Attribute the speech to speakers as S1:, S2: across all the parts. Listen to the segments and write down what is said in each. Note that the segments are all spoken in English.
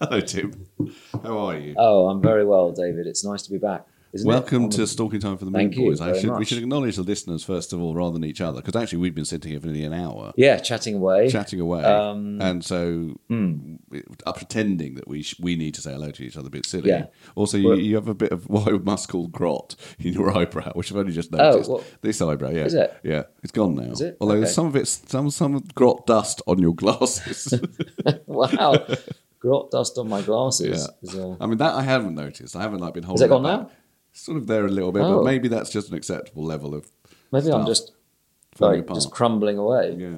S1: hello, Tim. How are you?
S2: Oh, I'm very well, David. It's nice to be back. Isn't it?
S1: Welcome
S2: I'm-
S1: to Stalking Time for the Moon
S2: Thank you
S1: Boys. I
S2: very
S1: should, we
S2: much.
S1: should acknowledge the listeners first of all, rather than each other, because actually we've been sitting here for nearly an hour
S2: Yeah, chatting away.
S1: chatting away,
S2: Um, hmm.
S1: and so we are pretending that we sh- we need to say hello to each other. A bit silly.
S2: Yeah.
S1: Also, you, you have a bit of what I must call grot in your eyebrow, which I've only just noticed.
S2: Oh, well-
S1: this eyebrow, yeah,
S2: Is it?
S1: Yeah, it's gone now.
S2: it?
S1: Although
S2: Okay.
S1: some of it's some some grot dust on your glasses.
S2: wow. Grot dust on my glasses. Is,
S1: yeah.
S2: uh,
S1: I mean that I haven't noticed. I haven't like been
S2: is
S1: holding.
S2: that gone
S1: back.
S2: now?
S1: Sort of there a little bit, but
S2: Oh.
S1: maybe that's just an acceptable level of
S2: Maybe I'm
S1: Stuff.
S2: just
S1: falling
S2: like
S1: apart.
S2: just crumbling away.
S1: Yeah.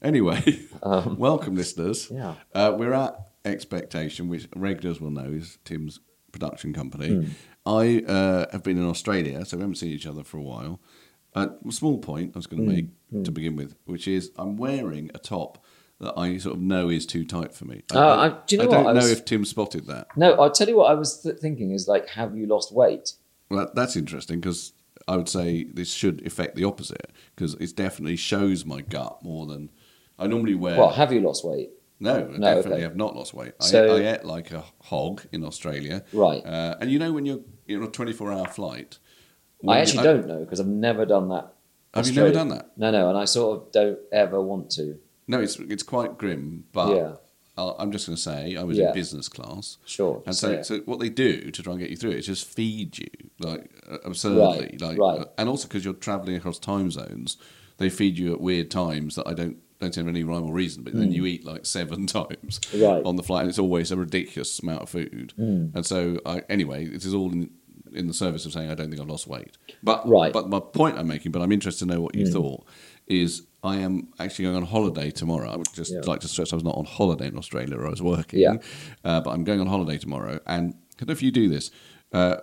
S1: Anyway, welcome, listeners.
S2: Um. yeah.
S1: Uh, we're at Expectation, which regulars will know is Tim's production company.
S2: Hmm.
S1: I uh, have been in Australia, so we haven't seen each other for a while. A small point I was
S2: Hmm.
S1: going to make to begin with, which is I'm wearing a top that I sort of know is too tight for me.
S2: Oh, I- do you know
S1: I don't
S2: what? I
S1: know
S2: was-
S1: if Tim spotted that.
S2: No, I'll tell you what I was th- thinking is like, have you lost weight?
S1: Well, that, that's interesting because I would say this should affect the opposite because it definitely shows my gut more than I normally wear.
S2: Well, have you lost weight?
S1: No, I
S2: No,
S1: definitely
S2: okay.
S1: have not lost weight. I,
S2: So-
S1: I ate like a hog in Australia.
S2: Right.
S1: Uh, and you know when you're you're on a 24 hour flight. when
S2: I
S1: you-
S2: actually don't know because I've never done that.
S1: Have you never
S2: Australia.
S1: done that?
S2: No, no, and I sort of don't ever want to.
S1: No, it's it's quite grim, but
S2: Yeah.
S1: I'll, I'm just going to say I was in
S2: Yeah.
S1: business class.
S2: Sure.
S1: And so,
S2: Yeah.
S1: so what they do to try and get you through it is just feed you like uh, absurdly,
S2: Right,
S1: like,
S2: right.
S1: and also because you're traveling across time zones, they feed you at weird times that I don't don't have any rhyme or reason. But then you eat like seven times
S2: Hmm. Right.
S1: on the flight, and it's always a ridiculous amount of food.
S2: Hmm.
S1: And so, I, anyway, this is all in in the service of saying I don't think I've lost weight. But
S2: Right. Hmm.
S1: but my point I'm making, but I'm interested to know what you thought. Is I am actually going on holiday tomorrow. I would just
S2: Yeah.
S1: like to stress I was not on holiday in Australia; I was working
S2: Yeah.
S1: uh, but I'm going on holiday tomorrow. And I don't know if you do this. Uh,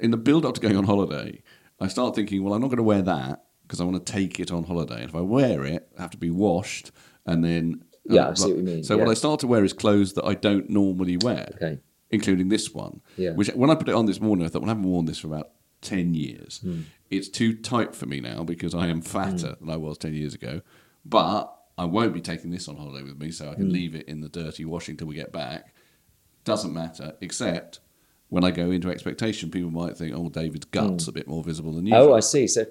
S1: in the build up to going on holiday, I start thinking, well, I'm not going to wear that because I want to take it on holiday. And if I wear it, I have to be washed and then. uh,
S2: Yeah, I see what you mean,
S1: So
S2: yeah.
S1: what I start to wear is clothes that I don't normally wear,
S2: Okay.
S1: including this one.
S2: Yeah.
S1: Which when I put it on this morning, I thought, well, I haven't worn this for about ten years.
S2: Hmm.
S1: It's too tight for me now because I am fatter than I was ten years ago. But I won't be taking this on holiday with me, so
S2: Hmm.
S1: I can leave it in the dirty washing till we get back doesn't matter, except when I go into expectation, people might think, "Oh, David's guts a bit more visible than you."
S2: Hmm. Oh, I see. So,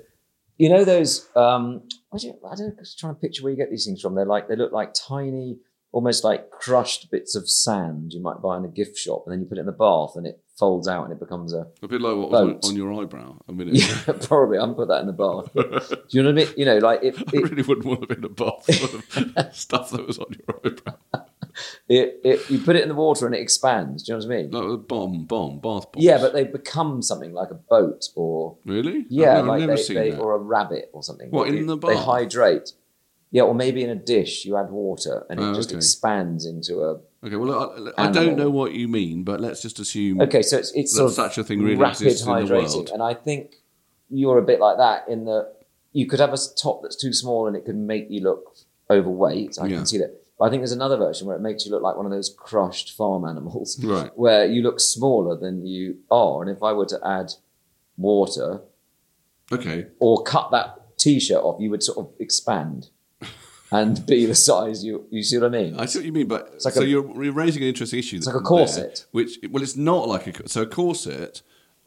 S2: you know those? Um, I don't. I don't. I'm just trying to picture where you get these things from. They're like they look like tiny, almost like crushed bits of sand you might buy in a gift shop, and then you put it in the bath, and it folds out, and it becomes a.
S1: a bit like what was
S2: Boat.
S1: on your eyebrow a minute.
S2: Yeah,
S1: ago.
S2: probably. I'm put that in the bath. Do you know what I mean? You know, like it.
S1: I
S2: It,
S1: really wouldn't want to be in a bath full of stuff that was on your eyebrow.
S2: it, it. You put it in the water, and it expands. Do you know what I mean?
S1: Like a bomb, bomb, bath bomb.
S2: yeah, but they become something like a boat or
S1: really,
S2: Yeah,
S1: Oh, I've never,
S2: like
S1: never
S2: they,
S1: seen
S2: they,
S1: that.
S2: or a rabbit or something.
S1: What,
S2: They-
S1: in the
S2: They
S1: bath?
S2: hydrate. Yeah, or maybe in a dish you add water and it
S1: Oh,
S2: just
S1: okay.
S2: expands into a.
S1: Okay, well, I, I don't
S2: Animal.
S1: know what you mean, but let's just assume.
S2: Okay, so it's it's
S1: That
S2: sort of
S1: such a thing really
S2: rapid
S1: exists in the
S2: hydrating,
S1: world.
S2: and I think you're a bit like that in that you could have a s- top that's too small and it could make you look overweight. I
S1: Yeah.
S2: can see that. But I think there's another version where it makes you look like one of those crushed farm animals,
S1: Right.
S2: where you look smaller than you are. And if I were to add water,
S1: Okay,
S2: or cut that t-shirt off, you would sort of expand and be the size you. You see what I mean?
S1: I see what you mean, but
S2: like
S1: so
S2: a-
S1: you're, you're raising an interesting issue.
S2: like a
S1: there,
S2: corset.
S1: which well, it's not like a co- so a corset.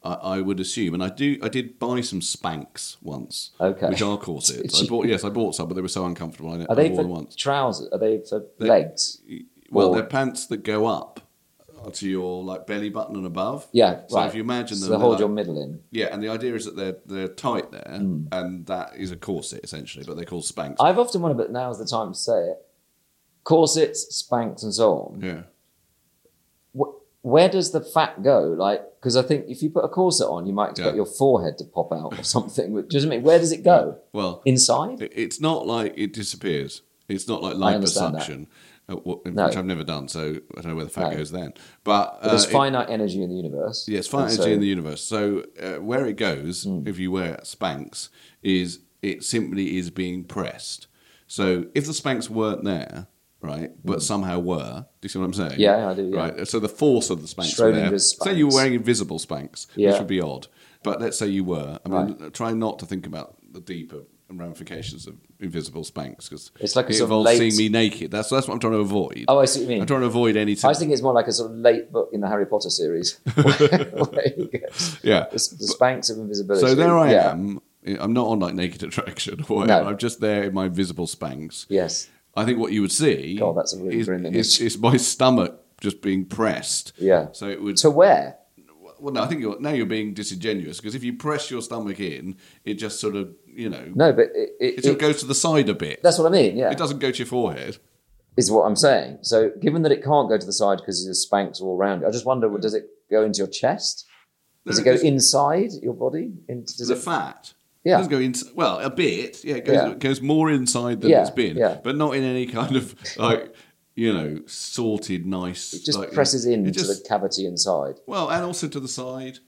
S1: I, I would assume, and I do. I did buy some Spanx once,
S2: Okay.
S1: which are corsets. I bought yes, I bought some, but they were so uncomfortable. I,
S2: Are
S1: I
S2: they
S1: wore
S2: for
S1: them once.
S2: trousers? Are they for legs?
S1: Well,
S2: or-
S1: they're pants that go up to your like belly button and above.
S2: Yeah,
S1: So
S2: right.
S1: if you imagine
S2: so
S1: them,
S2: they
S1: they're
S2: hold
S1: like-
S2: your middle in.
S1: Yeah, and the idea is that they're they're tight there,
S2: Hmm.
S1: and that is a corset essentially, but they're called Spanx.
S2: I've often wondered, but now's the time to say it. Corsets, spanks, and so on.
S1: yeah.
S2: Wh- where does the fat go? Like, because I think if you put a corset on, you might expect
S1: Yeah.
S2: your forehead to pop out or something. Which doesn't mean where does it go?
S1: Well,
S2: Inside?
S1: It- It's not like it disappears. It's not like
S2: I understand
S1: liposuction, uh, wh- which
S2: No.
S1: I've never done, so I don't know where the fat
S2: No.
S1: goes then. But,
S2: But there's
S1: uh, it-
S2: finite energy in the universe.
S1: yeah, it's fine
S2: And
S1: energy
S2: so- Hmm.
S1: in the universe. So uh, where it goes, if you wear Spanx, is it simply is being pressed. So if the Spanx weren't there, right, but somehow were, do you see what I'm saying?
S2: Hmm. Yeah, I do, yeah.
S1: Right. So the force of the Spanx were there.
S2: Schrodinger's
S1: Say you were
S2: Spanx.
S1: wearing invisible Spanx,
S2: Yeah.
S1: which would be odd. But let's say you were. I mean, try not to think about the deeper ramifications of invisible Spanx because
S2: It's like a
S1: it
S2: sort of
S1: involves
S2: late-
S1: seeing me naked. That's that's what I'm trying to avoid.
S2: Oh, I see what you mean.
S1: I'm trying to avoid any.
S2: I think it's more like a sort of late book in the Harry Potter series. where he gets
S1: Yeah.
S2: the, the spanks of invisibility.
S1: So there I
S2: Yeah.
S1: am. I'm not on like Naked Attraction or whatever.
S2: No.
S1: I'm just there in my visible spanks.
S2: Yes.
S1: I think what you would see
S2: God, that's a really
S1: is,
S2: grim image.
S1: is, is my stomach just being pressed.
S2: Yeah.
S1: So it would.
S2: To where?
S1: well, no, I think you're, now you're being disingenuous because if you press your stomach in, it just sort of, you know,
S2: No, but it,
S1: it
S2: it,
S1: sort of
S2: it-
S1: goes to the side a bit.
S2: that's what I mean. Yeah.
S1: It doesn't go to your forehead.
S2: is what I'm saying. So, given that it can't go to the side because your spanks are all round, it, I just wonder, well, does it go into your chest? Does it go inside your body? In, does
S1: There's a
S2: it?
S1: fat.
S2: Yeah.
S1: It doesn't go in, well, a bit. Yeah, it goes,
S2: Yeah.
S1: It goes more inside than
S2: Yeah,
S1: it's been,
S2: yeah.
S1: but not in any kind of like, you know, sorted, nice.
S2: It just
S1: like-
S2: presses
S1: it
S2: into
S1: just-
S2: the cavity inside.
S1: Well, and also to the side.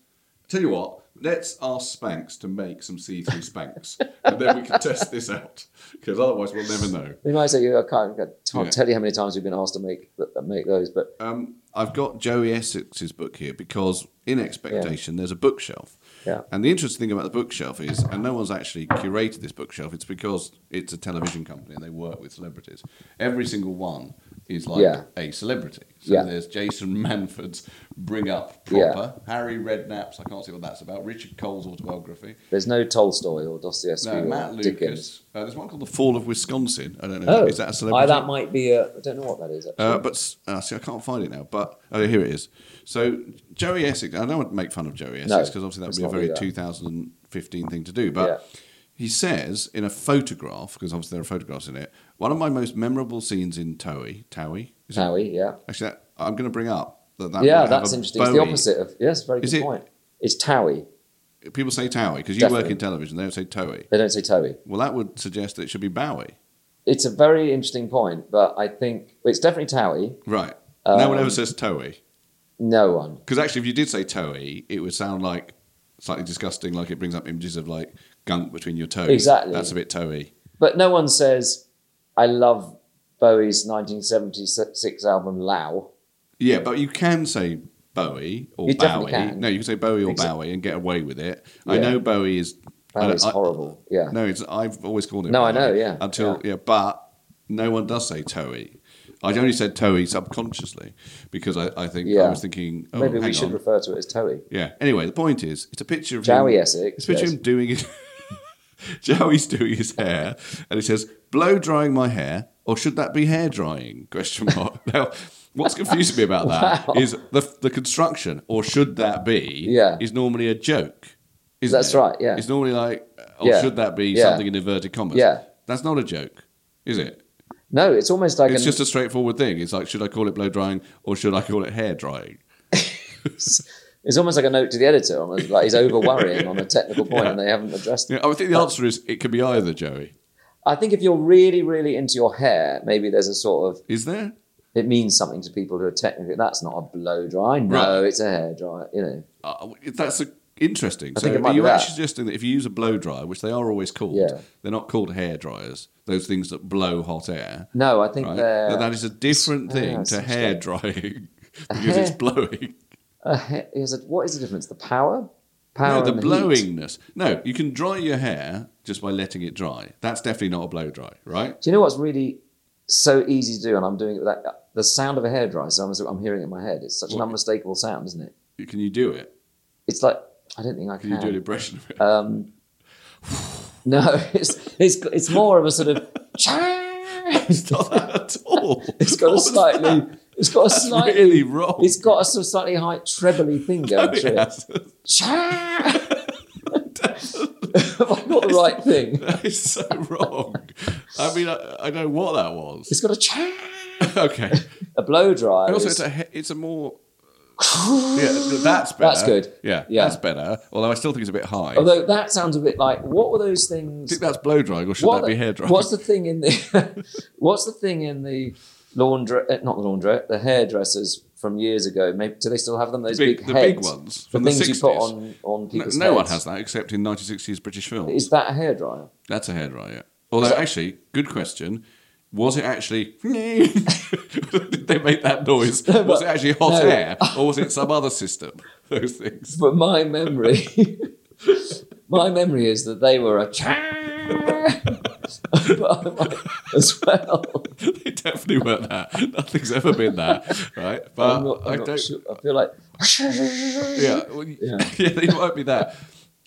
S1: Tell you what, let's ask Spanx to make some see-through Spanx, and then we can test this out because otherwise we'll never know.
S2: We might say, I can't, I can't
S1: Yeah.
S2: tell you how many times we've been asked to make make those, but
S1: Um, I've got Joey Essex's book here because in expectation there's a bookshelf.
S2: Yeah.
S1: And the interesting thing about the bookshelf is, and no one's actually curated this bookshelf. It's because it's a television company and they work with celebrities. Every single one is like
S2: Yeah.
S1: a celebrity. So
S2: Yeah.
S1: there's Jason Manford's Bring Up
S2: Yeah.
S1: Proper, Harry Redknapp's I can't see what that's about, Richard Cole's autobiography,
S2: there's no Tolstoy or Dostoevsky
S1: No,
S2: or
S1: Matt
S2: Dickens.
S1: Lucas. Uh, there's one called The Fall of Wisconsin. I don't know.
S2: Oh,
S1: is that a
S2: I,
S1: celebrity?
S2: that might be a. I don't know what that is. Actually.
S1: Uh, but s- uh, see, I can't find it now. But oh, here it is. So Joey Essex. I don't want to make fun of Joey Essex because obviously that would
S2: let's
S1: be a
S2: not do
S1: very
S2: that.
S1: 2015 thing to do. But
S2: Yeah.
S1: he says in a photograph, because obviously there are photographs in it. One of my most memorable scenes in Towie, Towie. Is it?
S2: Howie, yeah,
S1: Actually, that, I'm going to bring up that. that
S2: yeah,
S1: would have
S2: that's
S1: a
S2: interesting. It's the
S1: Bowie.
S2: opposite of. Yes, very
S1: Is
S2: good
S1: it-
S2: point. It's Towie.
S1: People say Towie because you work
S2: Definitely.
S1: in television. They don't say Towie.
S2: They don't say Towie.
S1: Well, that would suggest that it should be Bowie,
S2: It's a very interesting point, but I think it's definitely Towie.
S1: right?
S2: Uh,
S1: no one ever says Towie.
S2: No one.
S1: Because actually, if you did say toey, it would sound like slightly disgusting, like it brings up images of like gunk between your toes.
S2: Exactly.
S1: That's a bit toey.
S2: But no one says, I love Bowie's 1976 album, Lao.
S1: Yeah, but you can say Bowie or Bowie.
S2: You definitely can.
S1: No, you can say Bowie or
S2: Exa-
S1: Bowie and get away with it. I
S2: Yeah.
S1: know Bowie is. I don't-
S2: Bowie's
S1: I-
S2: horrible. Yeah.
S1: No, it's, I've always called it.
S2: No, I
S1: Bowie
S2: know, yeah,
S1: Until yeah. but no one does say toey. I only said toey subconsciously because I, I think I
S2: Yeah.
S1: was thinking. Oh,
S2: Maybe we
S1: hang
S2: should
S1: on.
S2: refer to it as Towie.
S1: Yeah. Anyway, the point is, it's a picture of
S2: Joey
S1: him,
S2: Essex,
S1: It's a picture of
S2: yes.
S1: him doing his. Joey's doing his hair, and he says, "Blow drying my hair, or should that be hair drying?" Question mark. now, what's confusing me about that is the the construction, or should that be?
S2: Yeah.
S1: is normally a joke. isn't
S2: That's
S1: it?
S2: right, yeah.
S1: it's normally like, or
S2: Yeah.
S1: should that be
S2: Yeah.
S1: something in inverted commas?
S2: Yeah.
S1: that's not a joke, is it?
S2: No, it's almost like
S1: It's
S2: an,
S1: just a straightforward thing. It's like, should I call it blow drying, or should I call it hair drying?
S2: it's almost like a note to the editor. Almost like he's over worrying on a technical point and they haven't addressed it.
S1: Yeah, I think the answer is it could be either, Joey.
S2: I think if you're really, really into your hair, maybe there's a sort of
S1: Is there?
S2: it means something to people who are technically that's not a blow dry. No, it's a hair dry. You know,
S1: Uh, that's a, interesting.
S2: think
S1: so
S2: it might
S1: are
S2: be
S1: you
S2: that.
S1: actually suggesting that if you use a blow dryer, which they are always called,
S2: Yeah.
S1: they're not called hair dryers. Those things that blow hot air.
S2: no, I think
S1: Right?
S2: they're
S1: That- that is a different
S2: Ah,
S1: thing
S2: that's
S1: to hair drying because it's blowing.
S2: a hair, is it, what is the difference? The power, power,
S1: No, the
S2: and heat.
S1: blowingness. No, you can dry your hair just by letting it dry. That's definitely not a blow dry, right?
S2: Do you know what's really so easy to do? And I'm doing it with that, the sound of a hairdryer. So I'm, I'm hearing it in my head. It's such an unmistakable sound, isn't it?
S1: Can you do it?
S2: It's like I don't think I can.
S1: Can you do an impression of it?
S2: Um, no, it's, it's it's more of a sort of.
S1: it's not that at all.
S2: It's got a
S1: What's
S2: slightly.
S1: that?
S2: It's got a
S1: That's
S2: slightly.
S1: really wrong.
S2: It's got a sort of slightly high trebly thing going
S1: It
S2: through it.
S1: has-
S2: Have I got the right thing?
S1: that is so wrong. I mean, I, I know what that was.
S2: It's got a cha-
S1: okay.
S2: a blow dryer.
S1: And also, it's
S2: is-
S1: a he- it's a more. yeah, th- that's better.
S2: That's good.
S1: Yeah,
S2: Yeah.
S1: that's better. Although I still think it's a bit high. Do
S2: although that sounds a bit like what were those
S1: you
S2: things?
S1: think that's blow drying or should
S2: what
S1: that
S2: the-
S1: be hair drying?
S2: What's the thing in the? what's the thing in the laundrette? eh, Not the laundrette. The hairdressers from years ago. Maybe do they still have them? Those big,
S1: Big- the big
S2: heads?
S1: ones
S2: The
S1: from the
S2: things you put
S1: 60s.
S2: on on
S1: no,
S2: people's.
S1: no one
S2: heads.
S1: has that except in 1960s British films.
S2: Is that a hairdryer?
S1: That's a hairdryer. Although, actually, good question. Was it actually? Did they make that noise? was it actually hot
S2: no.
S1: air, or was it some other system? Those things.
S2: But my memory, my memory is that they were a cha- but I might as well.
S1: they definitely weren't that. Nothing's ever been that, right? But
S2: I'm not,
S1: Uh, I
S2: I'm
S1: do
S2: not
S1: not
S2: sure. I feel like
S1: Yeah, well, y- yeah. They might be that.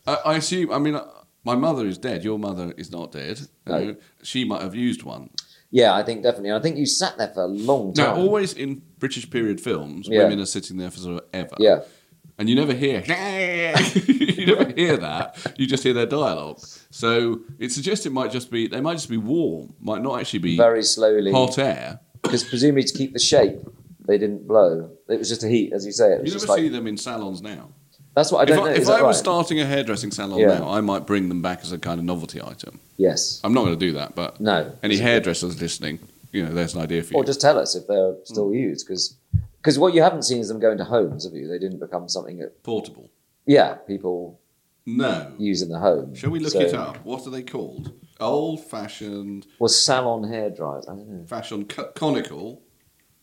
S1: I, I assume. I mean, uh, my mother is dead. Your mother is not dead. you know. She might have used one.
S2: yeah, I think definitely. I think you sat there for a long
S1: No,
S2: time.
S1: always in British period films,
S2: Yeah.
S1: women are sitting there for sort of ever.
S2: Yeah.
S1: And you never hear, you never hear that. You just hear their dialogue. So it suggests it might just be, they might just be warm, might not actually be
S2: Very slowly,
S1: hot air.
S2: because presumably to keep the shape, they didn't blow. It was just a heat, as you say. It was
S1: You
S2: just
S1: never
S2: like
S1: see them in salons now.
S2: that's what I
S1: If
S2: don't
S1: I,
S2: know.
S1: if
S2: is that
S1: I was
S2: right?
S1: starting a hairdressing salon
S2: Yeah.
S1: now, I might bring them back as a kind of novelty item.
S2: yes,
S1: I'm not going to do that, but
S2: No.
S1: any hairdressers listening, you know, there's an idea for you.
S2: or just tell us if they're still
S1: Hmm.
S2: used, because because what you haven't seen is them go into homes, have you? They didn't become something that
S1: portable.
S2: yeah people
S1: No.
S2: use in the home.
S1: Shall we look
S2: So-
S1: it up? What are they called? Old fashioned
S2: Was salon hair dryers? I don't know.
S1: fashion co- conical.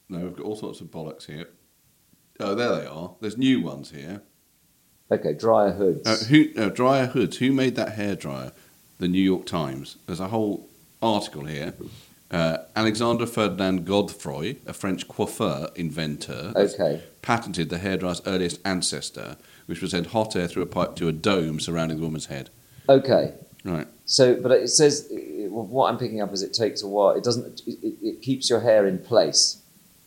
S1: No, we've got all sorts of bollocks here. Oh, there they are. There's new ones here.
S2: Okay, dryer hoods.
S1: Uh, who uh, dryer hoods? Who made that hair dryer? The New York Times. There's a whole article here. Uh, Alexander Ferdinand Godefroy, a French coiffeur inventor,
S2: Okay.
S1: patented the hairdryer's earliest ancestor, which was sent hot air through a pipe to a dome surrounding the woman's head.
S2: Okay.
S1: Right.
S2: So, but it says it- what I'm picking up is it takes a while. It doesn't. It, it, it keeps your hair in place,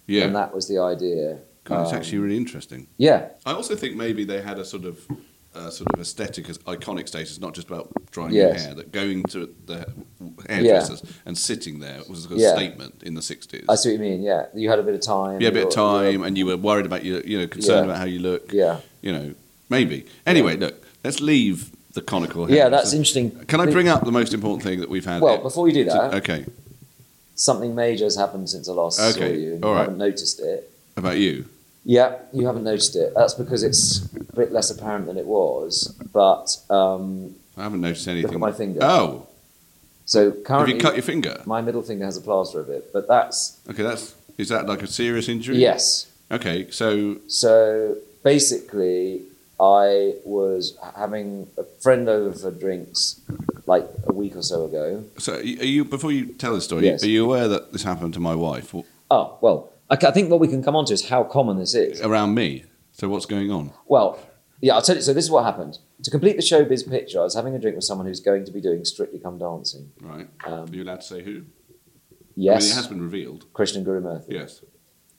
S1: Yeah.
S2: and that was the idea.
S1: God, it's
S2: Um,
S1: actually really interesting.
S2: Yeah,
S1: I also think maybe they had a sort of uh, sort of aesthetic, as iconic status, not just about drying your
S2: Yes.
S1: hair. That going to the hairdressers and sitting there was a
S2: Yeah.
S1: statement in the sixties.
S2: I see what you mean. Yeah, you had a bit of time.
S1: You had a bit of
S2: You're- you're-
S1: time, and you were worried about your, you know, concerned
S2: Yeah.
S1: about how you look.
S2: Yeah.
S1: you know, maybe. Anyway, look, let's leave the conical.
S2: Yeah,
S1: hairdresser.
S2: that's interesting.
S1: Can I bring up the most important thing that we've had?
S2: Well, before you do that,
S1: okay,
S2: something major has happened since I last saw
S1: Okay,
S2: you. and
S1: all
S2: You
S1: right.
S2: haven't noticed it.
S1: about you.
S2: Yeah, you haven't noticed it. That's because it's a bit less apparent than it was. But um,
S1: I haven't noticed anything.
S2: my finger.
S1: Oh,
S2: so
S1: have
S2: currently,
S1: you cut your finger?
S2: my middle finger has a plaster of it. But that's
S1: Okay, that's is that like a serious injury?
S2: yes.
S1: Okay, so
S2: So basically, I was having a friend over for drinks like a week or so ago.
S1: So, are you before you tell the story?
S2: Yes.
S1: Are you aware that this happened to my wife w-
S2: Oh, well, I ca- I think what we can come on to is how common this is.
S1: around me? So, what's going on?
S2: Well, yeah, I'll tell you. So this is what happened. To complete the showbiz picture, I was having a drink with someone who's going to be doing Strictly Come Dancing.
S1: Right?
S2: Um,
S1: Are you allowed to say who? I mean, it has
S2: Yes,
S1: been revealed.
S2: Krishnan Guru Murthy.
S1: Yes.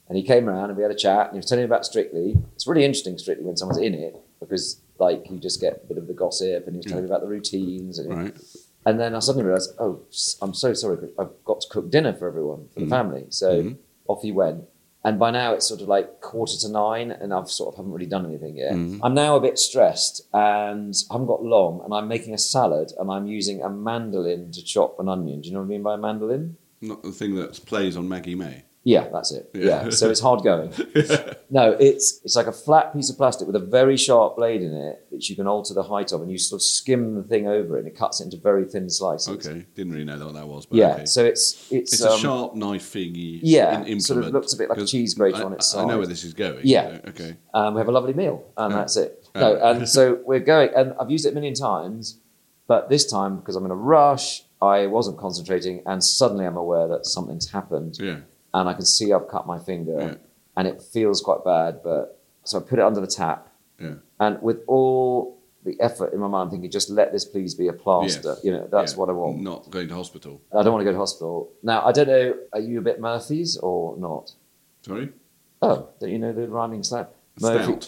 S2: and he came around and we had a chat and he was telling me about Strictly. It's really interesting Strictly when someone's in it because like you just get a bit of the gossip and he was telling me about the routines and
S1: Right.
S2: and then I suddenly realised oh s- I'm so sorry but I've got to cook dinner for everyone for the family so off he went and by now it's sort of like quarter to nine and I've sort of haven't really done anything yet I'm now a bit stressed and I haven't got long and I'm making a salad and I'm using a mandolin to chop an onion do you know what I mean by a mandolin
S1: Not the thing that plays on Maggie May.
S2: yeah, that's it.
S1: Yeah.
S2: Yeah. So it's hard going. No, it's it's like a flat piece of plastic with a very sharp blade in it that you can alter the height of, and you sort of skim the thing over it, and it cuts it into very thin slices.
S1: Okay. Didn't really know what that was, but
S2: Yeah.
S1: okay.
S2: So it's it's,
S1: it's
S2: um,
S1: a sharp knife thingy.
S2: yeah,
S1: in- implement.
S2: sort of looks a bit like a
S1: 'Cause
S2: cheese grater
S1: I-
S2: on
S1: I
S2: its
S1: know
S2: side.
S1: where this is going.
S2: Yeah.
S1: so, Okay.
S2: um, we have a lovely meal, and that's it.
S1: Oh.
S2: No, and so we're going, and I've used it a million times, but this time because I'm in a rush, I wasn't concentrating, and suddenly I'm aware that something's happened.
S1: Yeah.
S2: and I can see I've cut my finger
S1: Yeah.
S2: and it feels quite bad. But so I put it under the tap
S1: Yeah.
S2: and with all the effort in my mind. I'm thinking, just let this please be a plaster.
S1: Yes.
S2: You know, that's
S1: Yeah.
S2: what I want.
S1: Not going to hospital.
S2: I don't want to go to hospital. Now, I don't know, are you a bit Murphy's or not?
S1: Sorry?
S2: Oh, don't you know the rhyming slang?
S1: Stout.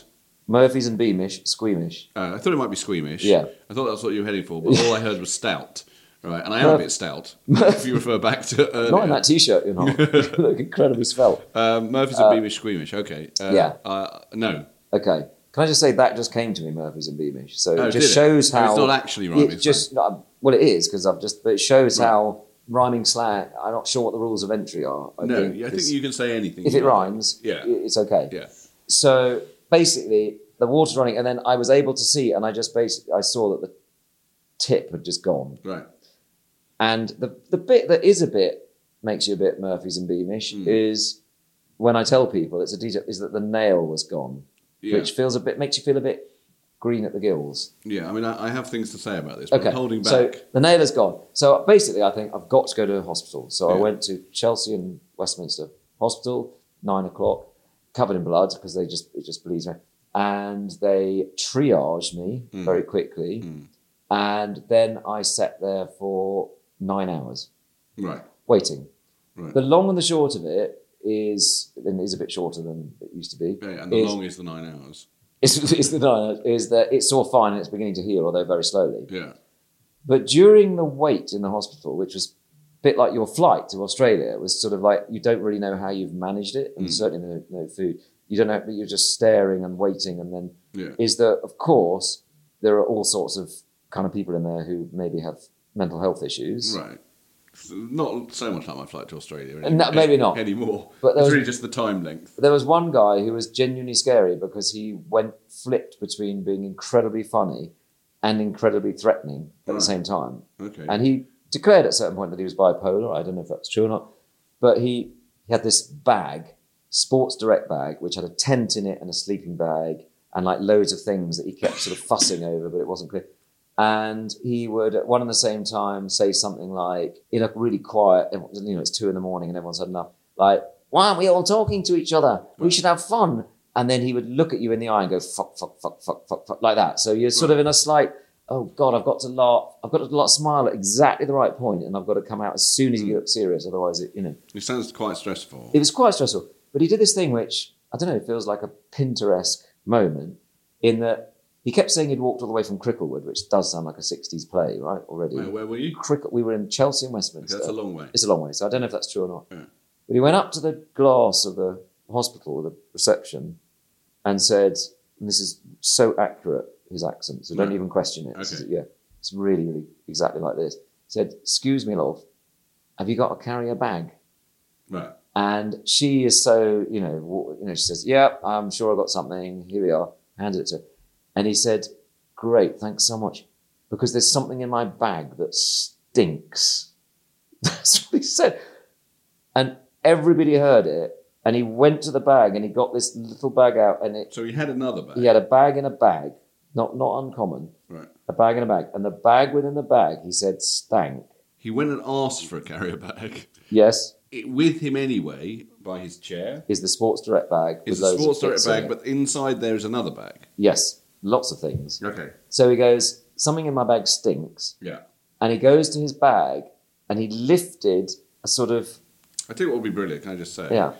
S2: Murphy's and Beamish, squeamish.
S1: Uh, I thought it might be squeamish.
S2: Yeah.
S1: I thought that's what you were heading for, but all I heard was stout. Right, and I am a bit stout. if you refer back to earlier.
S2: Not in that t-shirt, you know. you look incredibly svelte.
S1: Um, Murphy's and Beamish Squeamish. Okay. Uh,
S2: yeah.
S1: Uh, no.
S2: Okay. Can I just say that just came to me, Murphy's and Beamish. So
S1: Oh,
S2: it
S1: did
S2: just
S1: it?
S2: shows
S1: Oh,
S2: how
S1: it's not actually rhyming
S2: It just no, well, it is because I've just. But it shows how rhyming slang. I'm not sure what the rules of entry are. I
S1: No.
S2: think,
S1: I think
S2: 'cause
S1: you can say anything.
S2: if
S1: you
S2: it
S1: like.
S2: rhymes,
S1: Yeah.
S2: i- it's okay.
S1: Yeah.
S2: So basically, the water's running, and then I was able to see, and I just basically I saw that the tip had just gone,
S1: Right.
S2: and the the bit that is a bit makes you a bit Murphy's and Beamish is when I tell people it's a detail is that the nail was gone,
S1: Yeah.
S2: which feels a bit makes you feel a bit green at the gills.
S1: Yeah. I mean, I, I have things to say about this, but
S2: Okay.
S1: I'm holding back.
S2: So the nail is gone. So basically, I think I've got to go to a hospital. So I
S1: Yeah.
S2: went to Chelsea and Westminster Hospital, nine o'clock, covered in blood because they just it just bleeds me. And they triaged me
S1: Hmm.
S2: very quickly, and then I sat there for nine hours
S1: right.
S2: waiting.
S1: Right.
S2: The long and the short of it is, and it is a bit shorter than it used to be.
S1: Yeah, and the
S2: is-
S1: long is the nine hours.
S2: is, is the nine is that it's all fine and it's beginning to heal, although very slowly.
S1: Yeah.
S2: But during the wait in the hospital, which was a bit like your flight to Australia, it was sort of like you don't really know how you've managed it, and certainly no, no food. You don't know, but you're just staring and waiting. And then
S1: Yeah.
S2: is that, of course, there are all sorts of kind of people in there who maybe have mental health issues.
S1: Right. So Not so much like my flight to Australia. Any,
S2: No, maybe not.
S1: Anymore.
S2: But there
S1: it's
S2: was-
S1: really just the time length.
S2: But there was one guy who was genuinely scary because he went flipped between being incredibly funny and incredibly threatening at the same time.
S1: Okay.
S2: And he declared at a certain point that he was bipolar. I don't know if that's true or not. But he, he had this bag, sports direct bag, which had a tent in it and a sleeping bag and like loads of things that he kept sort of fussing over, but it wasn't clear. And he would at one and the same time say something like, in a really quiet, you know, it's two in the morning and everyone's had enough, like, why aren't we all talking to each other? We should have fun. And then he would look at you in the eye and go, fuck, fuck, fuck, fuck, fuck, fuck, like that. So you're sort of in a slight, oh God, I've got to laugh. I've got to laugh, smile at exactly the right point, and I've got to come out as soon as you look serious. Otherwise, it, you know,
S1: it sounds quite stressful.
S2: it was quite stressful. But he did this thing which I don't know. It feels like a Pinteresque moment in that he kept saying he'd walked all the way from Cricklewood, which does sound like a '60s play, right? Already,
S1: Where, where were you?
S2: Crick- we were in Chelsea and Westminster.
S1: That's a long way.
S2: It's a long way, so I don't know if that's true or not.
S1: Yeah.
S2: But he went up to the glass of the hospital, the reception, and said, and this is so accurate, his accent, so don't
S1: Right.
S2: even question it. This
S1: Okay.
S2: is- yeah, it's really, really exactly like this. He said, Excuse me, love, have you got to carry a bag?
S1: Right.
S2: And she is so, you know, wa- you know, she says, "Yeah, I'm sure I got something. Here we are." Handed it to her, and he said, "Great, thanks so much, because there's something in my bag that stinks." That's what he said, and everybody heard it. And he went to the bag and he got this little bag out, and it,
S1: So he had another bag.
S2: he had a bag in a bag, not not uncommon,
S1: Right.
S2: a bag in a bag, and the bag within the bag, he said, stank.
S1: He went and asked for a carrier bag.
S2: Yes,
S1: It, with him anyway, by his chair,
S2: is the Sports Direct bag?
S1: is
S2: with
S1: a
S2: loads of
S1: sports direct
S2: bits in
S1: bag,
S2: it.
S1: but inside there is another bag.
S2: Yes, lots of things.
S1: Okay.
S2: So he goes, Something in my bag stinks.
S1: Yeah.
S2: And he goes to his bag and he lifted a sort of,
S1: I tell you what would be brilliant, can I just say?
S2: yeah, Hmm.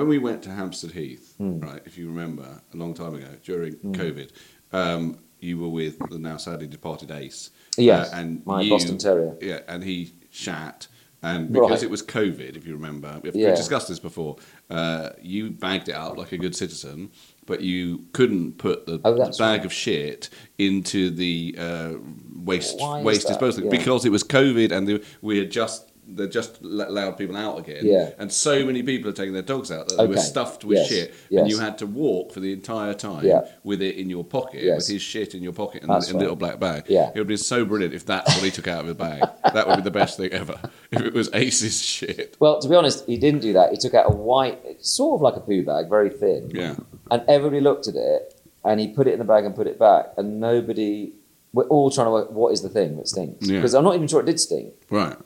S1: When we went to Hampstead Heath, right, if you remember, a long time ago, during COVID, um, you were with the now sadly departed Ace.
S2: Yes,
S1: Uh, and
S2: my
S1: you-
S2: Boston Terrier.
S1: Yeah, and he shat. And because
S2: Right.
S1: it was COVID, if you remember, we've
S2: Yeah.
S1: discussed this before, uh, you bagged it up like a good citizen, but you couldn't put the
S2: Oh, that's
S1: bag of shit into the uh, waste
S2: Why is
S1: waste
S2: that?
S1: disposal
S2: Yeah.
S1: because it was COVID and they, we had just they just l- allowed people out again.
S2: Yeah.
S1: And so many people are taking their dogs out that they were
S2: Okay.
S1: stuffed with
S2: Yes.
S1: shit, and
S2: Yes.
S1: you had to walk for the entire time
S2: Yeah.
S1: with it in your pocket,
S2: Yes.
S1: with his shit in your pocket and
S2: That's
S1: in a little
S2: right.
S1: black bag.
S2: Yeah.
S1: It would be so brilliant if that's what he took out of his bag. that would be the best thing ever. If it was Ace's shit.
S2: Well, to be honest, he didn't do that. He took out a white, it's sort of like a poo bag, very thin.
S1: Yeah.
S2: And everybody looked at it and he put it in the bag and put it back. And nobody, we're all trying to work, what is the thing that stinks?
S1: Yeah.
S2: Because I'm not even sure it did stink.
S1: Right.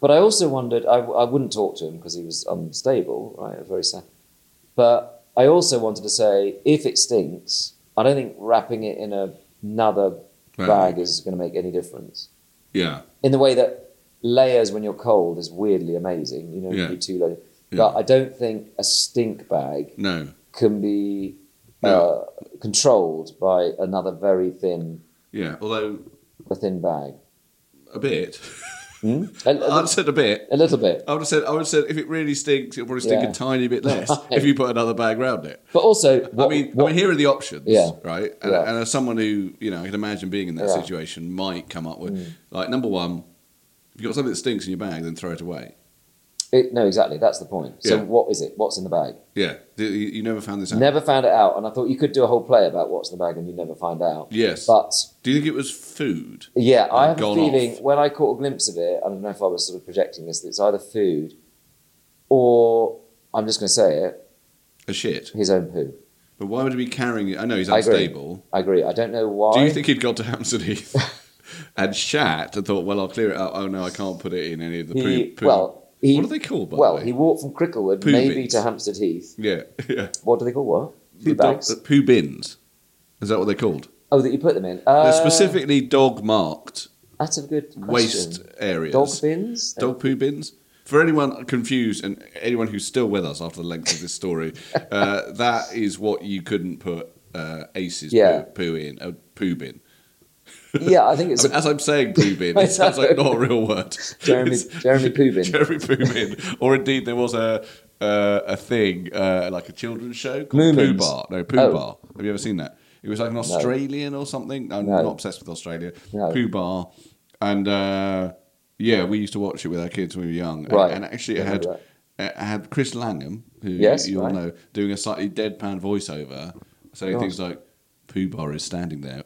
S2: But I also wondered, I, I wouldn't talk to him because he was unstable, right? It was very sad. But I also wanted to say, if it stinks, I don't think wrapping it in a another
S1: Right.
S2: bag is going to make any difference.
S1: Yeah.
S2: in the way that layers when you're cold is weirdly amazing. You know,
S1: Yeah.
S2: you too loaded.
S1: Yeah.
S2: But I don't think a stink bag
S1: No.
S2: can be
S1: No.
S2: uh, controlled by another very thin,
S1: Yeah. Although
S2: a thin bag.
S1: a bit.
S2: A, a,
S1: I'd have said a bit.
S2: a little bit,
S1: I would have said. I would have said if it really stinks, it'll probably stink
S2: Yeah.
S1: a tiny bit less if you put another bag round it.
S2: but also, what,
S1: I mean,
S2: what-
S1: I mean, here are the options,
S2: Yeah.
S1: right? And,
S2: Yeah.
S1: and as someone who, you know, I can imagine being in that
S2: Yeah. Mm.
S1: situation might come up with, like, number one, if you've got something that stinks in your bag, then throw it away.
S2: it- no, exactly. That's the point. So,
S1: Yeah.
S2: what is it? What's in the bag?
S1: Yeah, you, you never found this out.
S2: Never found it out, and I thought you could do a whole play about what's in the bag, and you never find out.
S1: Yes.
S2: but
S1: Do you think it was food?
S2: Yeah, I
S1: and
S2: have a
S1: gone
S2: feeling
S1: off.
S2: when I caught a glimpse of it, I don't know if I was sort of projecting this, that it's either food or I'm just going to say it,
S1: A shit.
S2: his own poo.
S1: But why would he be carrying it? I know he's
S2: I agree.
S1: unstable.
S2: I agree. I don't know why.
S1: Do you think he'd gone to Hampstead Heath and shat and thought, well, I'll clear it up. Oh, no, I can't put it in any of the poo.
S2: he,
S1: poo.
S2: well, he,
S1: what are they called, by
S2: well,
S1: the way?
S2: he walked from Cricklewood
S1: Poo
S2: maybe
S1: bits.
S2: to Hampstead Heath.
S1: yeah, yeah.
S2: What do they call what? The
S1: Dog-
S2: bags.
S1: uh, poo bins. Is that what they're called?
S2: oh, that you put them in. Uh,
S1: they're specifically dog marked
S2: That's a good question.
S1: waste areas.
S2: Dog bins.
S1: Dog poo bins. For anyone confused and anyone who's still with us after the length of this story, uh, that is what you couldn't put uh, Ace's
S2: Yeah.
S1: poo, poo in, a poo bin.
S2: Yeah, I think it's
S1: I mean,
S2: a,
S1: as I'm saying poo bin,
S2: I
S1: it sounds like
S2: know.
S1: not a real word.
S2: Jeremy-
S1: It's-
S2: Jeremy poo bin.
S1: Jeremy poo bin. Or indeed, there was a uh, a thing uh, like a children's show called Poo
S2: Moomins.
S1: Bar. No, Poo
S2: Oh.
S1: Bar. Have you ever seen that? It was like an Australian or something. I'm
S2: No.
S1: not obsessed with Australia.
S2: No.
S1: Poo Bar, and uh, yeah, we used to watch it with our kids when we were young. And-
S2: Right.
S1: And, actually, it
S2: I
S1: had
S2: remember
S1: it had Uh, Chris Langham, who
S2: Yes,
S1: you all
S2: right.
S1: know, doing a slightly deadpan voiceover, saying things like, "Poo Bar is standing there."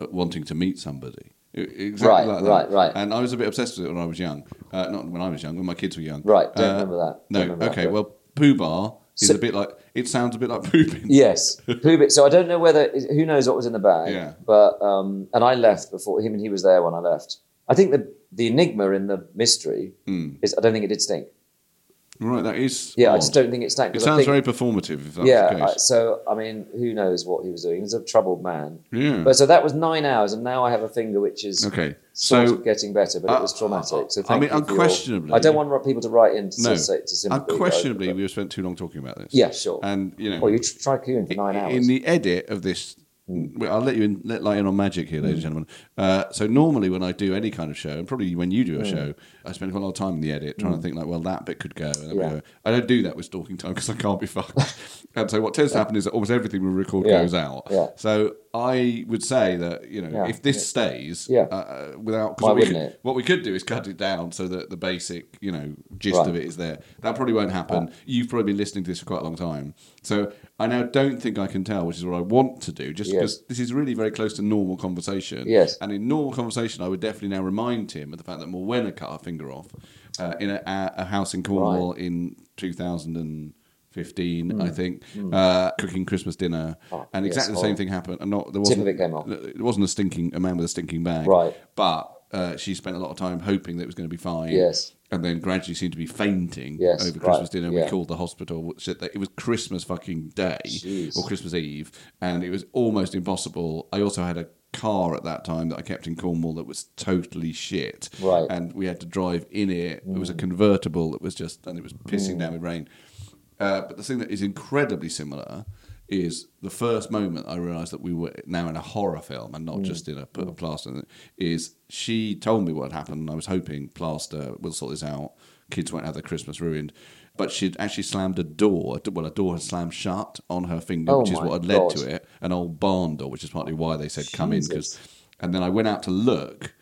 S1: uh, wanting to meet somebody. I- Exactly
S2: Right,
S1: like that.
S2: right, right.
S1: And I was a bit obsessed with it when I was young. Uh, not when I was young, when my kids were young.
S2: Right, don't
S1: Uh,
S2: remember that.
S1: No,
S2: Don't remember that,
S1: okay.
S2: but-
S1: well, Pooh Bar is
S2: So-
S1: a bit like it sounds a bit like pooping.
S2: Yes, poo bit. So I don't know whether who knows what was in the bag.
S1: Yeah.
S2: But um, and I left before him, and he was there when I left. I think the the enigma in the mystery
S1: Hmm.
S2: is I don't think it did stink.
S1: Right, that is.
S2: Yeah, I
S1: odd.
S2: just don't think it stank.
S1: It
S2: 'cause
S1: sounds
S2: I
S1: very
S2: think,
S1: performative. If that's the
S2: Yeah. I-
S1: case.
S2: so I mean, who knows what he was doing? He's a troubled man.
S1: Yeah.
S2: But so that was nine hours, and now I have a finger which is
S1: Hmm. Okay,
S2: Sort
S1: so-
S2: of getting better, but
S1: Uh,
S2: it was traumatic. So
S1: I mean,
S2: thank you for your-
S1: unquestionably-
S2: I don't want people to write in to
S1: no,
S2: say to simply
S1: unquestionably, we've spent too long talking about this.
S2: Yeah, sure.
S1: And you know,
S2: Well, you tr- try queuing for nine
S1: in-
S2: hours. Hmm.
S1: In the edit of this, well, I'll let you in, let light in on magic here, ladies and gentlemen. Uh, so normally when I do any kind of show, and probably when you do a
S2: Hmm.
S1: show, I spend quite a lot of time in the edit trying to think like, well, that bit could go. And that bit
S2: Yeah.
S1: could go. I don't do that with stalking time because I can't be fucked. and so what tends to happen is that almost everything we record
S2: Yeah.
S1: goes out.
S2: Yeah.
S1: So I would say that you know
S2: Yeah.
S1: if this stays,
S2: Yeah.
S1: uh, without 'cause
S2: Why
S1: what we
S2: wouldn't
S1: could-
S2: it?
S1: What we could do is cut it down so that the basic you know gist
S2: Right.
S1: of it is there. That probably won't happen. You've probably been listening to this for quite a long time. So I now don't think I can tell, which is what I want to do, just
S2: Yes.
S1: because this is really very close to normal conversation.
S2: Yes.
S1: And in normal conversation, I would definitely now remind Tim of the fact that Morwenna cut her finger off uh, in a, a, a house in Cornwall in 2015, I think, uh, cooking Christmas dinner,
S2: Hmm. Oh,
S1: and
S2: yes,
S1: exactly the same
S2: horrible.
S1: thing happened. And not there
S2: Tip of
S1: wasn't
S2: it came off.
S1: it wasn't a stinking a man with a stinking bag,
S2: Right.
S1: But uh, she spent a lot of time hoping that it was going to be fine,
S2: Yes.
S1: and then gradually seemed to be fainting
S2: Yes,
S1: over
S2: right,
S1: Christmas dinner. We
S2: yeah.
S1: called the hospital. said that It was Christmas fucking day
S2: Jeez.
S1: or Christmas Eve, and it was almost impossible. I also had a car at that time that I kept in Cornwall that was totally shit,
S2: Right. Mm.
S1: And we had to drive in it. It was a convertible that was just, and it was pissing down with rain. Uh, but the thing that is incredibly similar is the first moment I realised that we were now in a horror film and not
S2: Mm.
S1: just in a put a plaster. in it, Is she told me what had happened, and I was hoping plaster will sort this out. Kids won't have their Christmas ruined. But she'd actually slammed a door. Well, a door had slammed shut on her finger,
S2: Oh
S1: which is
S2: my
S1: what had led
S2: God.
S1: to it. An old barn door, which is partly why they said come in. Because,
S2: Jesus.
S1: and then I went out to look,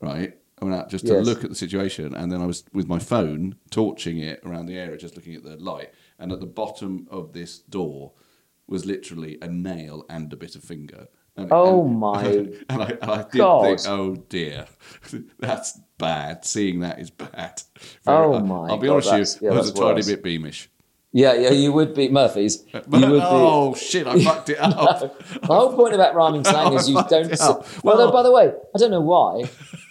S1: right? I went out just to
S2: Yes.
S1: look at the situation, and then I was with my phone torching it around the area, just looking at the light. And at the bottom of this door was literally a nail and a bit of finger. And,
S2: Oh
S1: and-
S2: my
S1: And I, and I did
S2: God.
S1: think, oh dear, that's bad. Seeing that is bad.
S2: Oh
S1: I-
S2: my
S1: I'll be
S2: God,
S1: honest
S2: that's-
S1: with you,
S2: yeah,
S1: I was a
S2: that's
S1: tiny
S2: worse.
S1: bit beamish.
S2: yeah, yeah, you would be Murphy's. You would be.
S1: Uh, oh shit, I fucked it up.
S2: The whole point about rhyming slang is you don't.
S1: it
S2: s-
S1: up.
S2: well,
S1: Well-
S2: though, by the way, I don't know why,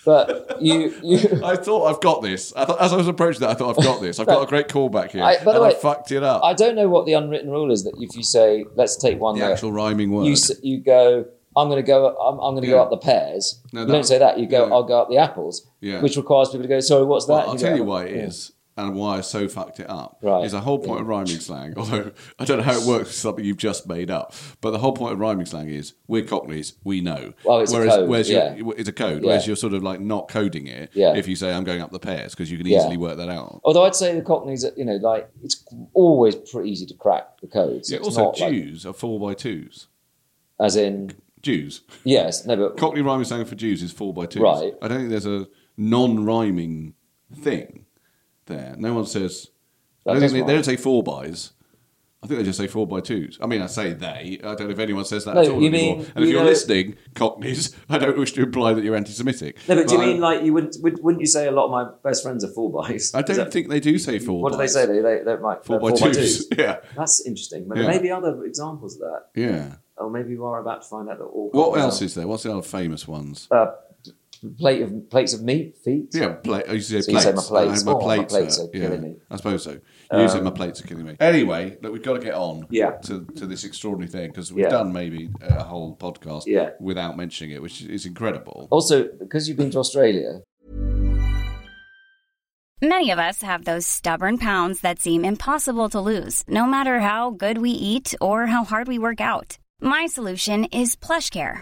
S2: but you, you.
S1: I thought I've got this. I thought, as I was approaching that, I thought I've got this. I've got a great callback here,
S2: I- by the
S1: and I
S2: way,
S1: fucked it up.
S2: I don't know what the unwritten rule is that if you say, let's take one
S1: the
S2: note,
S1: actual rhyming word.
S2: you s- you go I'm going to go. I'm, I'm going to go
S1: Yeah.
S2: up the pears.
S1: No,
S2: you
S1: that-
S2: don't say that. You go.
S1: yeah.
S2: I'll go up the apples.
S1: Yeah.
S2: Which requires people to go. Sorry, what's that?
S1: Well, I'll
S2: You
S1: tell
S2: go,
S1: you
S2: "Oh,
S1: why it
S2: yeah."
S1: is and why I so fucked it up.
S2: Right.
S1: Is the whole point of rhyming slang, although I don't know how it works with something you've just made up, but the whole point of rhyming slang is we're Cockneys, we know.
S2: Well, it's a
S1: whereas,
S2: code,
S1: whereas
S2: yeah.
S1: you're, it's a code,
S2: Yeah.
S1: whereas you're sort of like not coding it
S2: Yeah.
S1: if you say I'm going up the pears because you can
S2: Yeah.
S1: easily work that out.
S2: Although I'd say the Cockneys, you know, like it's always pretty easy to crack the codes.
S1: Yeah,
S2: It's
S1: also,
S2: not like-
S1: Jews are four by twos.
S2: as in,
S1: Jews.
S2: yes, no, but
S1: Cockney rhyming slang for Jews is four by twos.
S2: Right.
S1: I don't think there's a non-rhyming thing there. No one says. I
S2: That
S1: don't
S2: is
S1: think they,
S2: right.
S1: they don't say four bys. I think they just say four by twos. I mean, I say they. I don't know if anyone says that
S2: No,
S1: at all
S2: you
S1: anymore.
S2: mean-
S1: and if
S2: you
S1: you're
S2: know-
S1: listening, Cockneys, I don't wish to imply that you're anti-Semitic.
S2: no, but do you
S1: I-
S2: mean like you wouldn't? Would, wouldn't you say a lot of my best friends are four bys?
S1: I don't
S2: Is that-
S1: think they do say four.
S2: What do they
S1: bys.
S2: say? They they they're like
S1: Four
S2: they're
S1: by
S2: four
S1: twos. Yeah,
S2: That's interesting. But
S1: Yeah.
S2: there may be other examples of that,
S1: yeah.
S2: or maybe we are about to find out that all.
S1: What else is there? What's the other famous ones?
S2: uh, plate of plates of meat feet?
S1: Yeah, plate. I used to
S2: So
S1: say
S2: you
S1: plates.
S2: say my plates.
S1: I- my
S2: Oh, my
S1: plates,
S2: plates
S1: are,
S2: are
S1: yeah,
S2: killing me.
S1: I suppose so. You said my plates are killing me. Anyway, look, we've got to get on
S2: Yeah.
S1: to, to this extraordinary thing because we've
S2: Yeah.
S1: done maybe a whole podcast
S2: Yeah. Oh.
S1: without mentioning it, which is incredible.
S2: Also, because you've been to Australia,
S3: Many of us have those stubborn pounds that seem impossible to lose, no matter how good we eat or how hard we work out. My solution is PlushCare.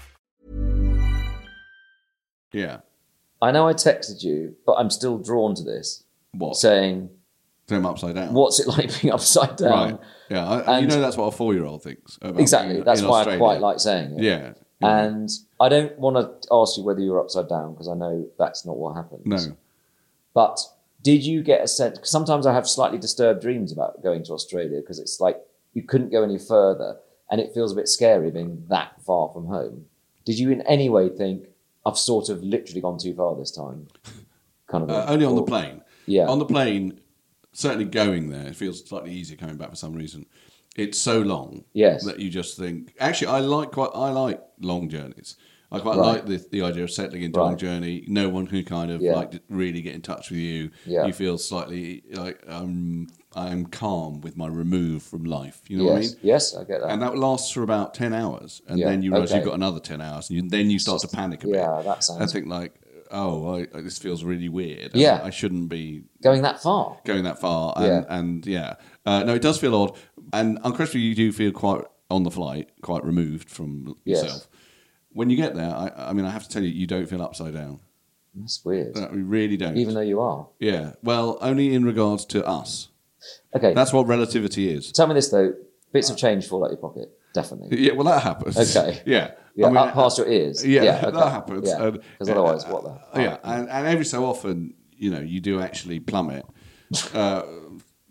S1: Yeah.
S2: I know I texted you, but I'm still drawn to this,
S1: What?
S2: saying,
S1: Them upside down.
S2: "What's it like being upside down?"
S1: Right. Yeah. I, you
S2: um, And-
S1: know that's what a four-year-old thinks. About
S2: Exactly.
S1: being
S2: That's
S1: in
S2: why
S1: Australia.
S2: I quite like saying it.
S1: Yeah.
S2: And I don't want to ask you whether you were upside down because I know that's not what happens.
S1: No.
S2: But did you get a sense? Cause sometimes I have slightly disturbed dreams about going to Australia because it's like you couldn't go any further and it feels a bit scary being that far from home. Did you in any way think, I've sort of literally gone too far this time? Kind of.
S1: Uh,
S2: a-
S1: only on the
S2: or-
S1: plane.
S2: Yeah.
S1: On the plane, certainly going there, it feels slightly easier coming back for some reason. It's so long.
S2: Yes.
S1: That you just think. Actually, I like quite. I like long journeys. I quite like
S2: Right.
S1: the, the idea of settling into a
S2: Right.
S1: long journey. No one can kind of
S2: Yeah.
S1: like really get in touch with you.
S2: Yeah.
S1: You feel slightly like um, I'm calm with my remove from life. You know what I
S2: Yes.
S1: mean?
S2: yes, I get that.
S1: and that lasts for about 10 hours and
S2: Yeah,
S1: then you realize
S2: okay.
S1: you've got another 10 hours and you, then you start to panic a bit
S2: yeah, that sounds-
S1: i think like oh I, I- this feels really weird
S2: Yeah.
S1: i shouldn't be
S2: going that far.
S1: going that far and yeah,
S2: Yeah.
S1: and, yeah. Uh, no it does feel odd and unquestionably you do feel quite on the flight quite removed from
S2: Yes.
S1: yourself when you get there I, I mean i have to tell you you don't feel upside down
S2: That's weird.
S1: No, we really don't
S2: Even though you are.
S1: yeah well only in regards to us
S2: Okay.
S1: that's Uh, what relativity is
S2: Tell me this though: bits of change fall out your pocket. Definitely.
S1: yeah well that happens
S2: Okay.
S1: yeah
S2: Yeah,
S1: I mean,
S2: up past your ears.
S1: Yeah,
S2: okay.
S1: that happens.
S2: Yeah,
S1: And-
S2: because otherwise, what the?
S1: Oh, yeah, and, and every so often, you know, you do actually plummet.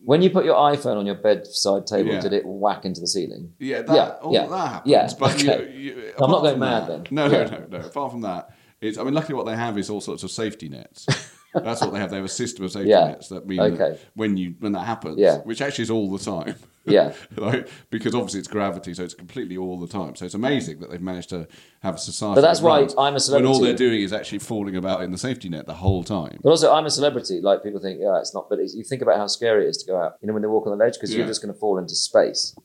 S2: When you put your iPhone on your bedside table,
S1: Yeah.
S2: did it whack into the ceiling?
S1: Yeah, that, all that happens.
S2: Yeah,
S1: but
S2: okay.
S1: you, you,
S2: I'm not
S1: apart
S2: going
S1: from
S2: mad
S1: that-
S2: then.
S1: No,
S2: Yeah.
S1: no, no, no. Apart from that, it's. I mean, luckily, what they have is all sorts of safety nets. That's what they have. They have a system of safety
S2: Yeah.
S1: nets that mean
S2: Okay.
S1: that when you when that happens,
S2: Yeah.
S1: which actually is all the time.
S2: Yeah.
S1: like, because obviously it's gravity, so it's completely all the time. So it's amazing that they've managed to have a society.
S2: But that's
S1: that
S2: why
S1: runs
S2: I'm a
S1: When all
S2: celebrity.
S1: they're doing is actually falling about in the safety net the whole time.
S2: But also, I'm a celebrity. Like people think, yeah, it's not. But it's, you think about how scary it is to go out. You know, when they walk on the ledge, because
S1: Yeah.
S2: you're just going to fall into space.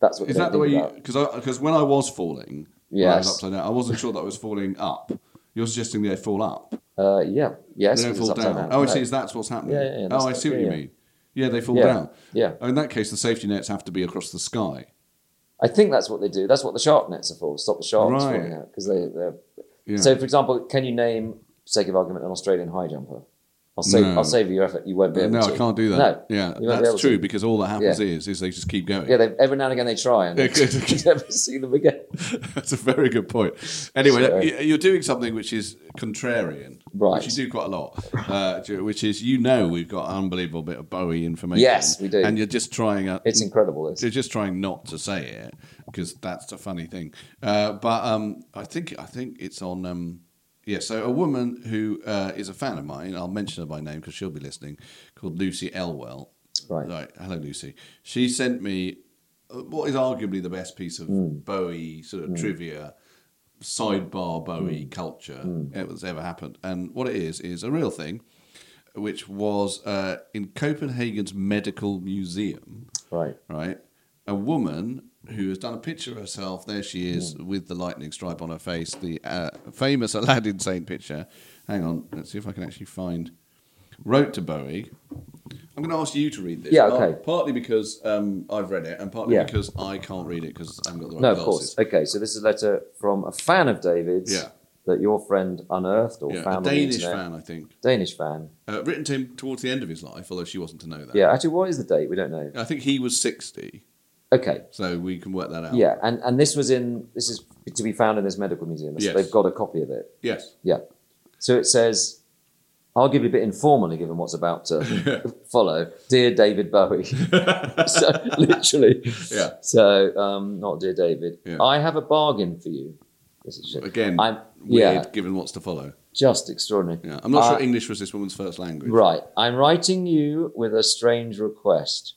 S2: That's what.
S1: Is
S2: they
S1: that the way
S2: think
S1: you?
S2: about.
S1: Because because when I was falling, when I was
S2: Yes.
S1: upside down, I wasn't sure that I was falling up. You're suggesting they fall up.
S2: Uh, yeah. Yes.
S1: They don't
S2: 'cause
S1: fall
S2: it's upside
S1: down. Oh, I
S2: No.
S1: see. Is that's what's happening?
S2: Yeah, yeah, yeah, that's
S1: oh, I
S2: the-
S1: see what you
S2: yeah, yeah.
S1: mean. Yeah, they fall
S2: Yeah,
S1: down.
S2: yeah.
S1: Oh, in that case, the safety nets have to be across the sky.
S2: I think that's what they do. That's what the shark nets are for. Stop the sharks
S1: Right.
S2: falling out because they. They're...
S1: Yeah.
S2: So, for example, can you name, for sake of argument, an Australian high jumper? I'll save.
S1: No.
S2: I'll save you your effort. You won't be
S1: Uh,
S2: able
S1: no,
S2: to.
S1: I can't do that.
S2: No.
S1: yeah,
S2: you won't be able
S1: that's
S2: to.
S1: true because all that happens
S2: Yeah.
S1: is is they just keep going.
S2: Yeah. They, every now and again they try, and you never see them again.
S1: That's a very good point. Anyway,
S2: So-
S1: you- you're doing something which is contrarian,
S2: Right.
S1: Which you do quite a lot, uh, ju- which is you know we've got an unbelievable bit of Bowie information.
S2: Yes, we do.
S1: and you're just trying. A,
S2: It's incredible. This.
S1: You're just trying not to say it because that's a funny thing. Uh, but um, I think I think it's on. Um, yeah, so a woman who uh, is a fan of mine, I'll mention her by name because she'll be listening, called Lucy Elwell.
S2: Right.
S1: Hello, Lucy. She sent me uh, what is arguably the best piece of Bowie sort of trivia, sidebar Bowie culture that that's ever happened. And what it is is a real thing, which was uh, in Copenhagen's Medical Museum
S2: Right.
S1: right? A woman who has done a picture of herself. There she is
S2: Mm.
S1: with the lightning stripe on her face, the uh, famous Aladdin Saint picture. Hang on, let's see if I can actually find. Wrote to Bowie. I'm going to ask you to read this.
S2: Yeah,
S1: par-
S2: okay.
S1: Partly because um, I've read it, and partly
S2: Yeah.
S1: because I can't read it because I haven't got the right
S2: No, of
S1: glasses.
S2: course. Okay, so this is a letter from a fan of David's
S1: Yeah.
S2: that your friend unearthed or
S1: Yeah, a
S2: found on the
S1: Danish
S2: internet.
S1: fan, I think.
S2: Danish fan.
S1: Uh, written to him towards the end of his life, although she wasn't to know that.
S2: Yeah, actually, what is the date? We don't know.
S1: I think he was 60,
S2: Okay.
S1: so we can work that out.
S2: Yeah, and, and this was in, this is to be found in this medical museum. So
S1: Yes.
S2: They've got a copy of it.
S1: Yes.
S2: Yeah. So it says, arguably a bit informally, given what's about to follow, Dear David Bowie. so literally.
S1: Yeah.
S2: So, um, not Dear David.
S1: Yeah.
S2: I have a bargain for you. This is shit.
S1: Again,
S2: I'm,
S1: weird
S2: yeah,
S1: given what's to follow.
S2: just extraordinary.
S1: Yeah. I'm not
S2: Uh,
S1: sure English was this woman's first language.
S2: Right. I'm writing you with a strange request.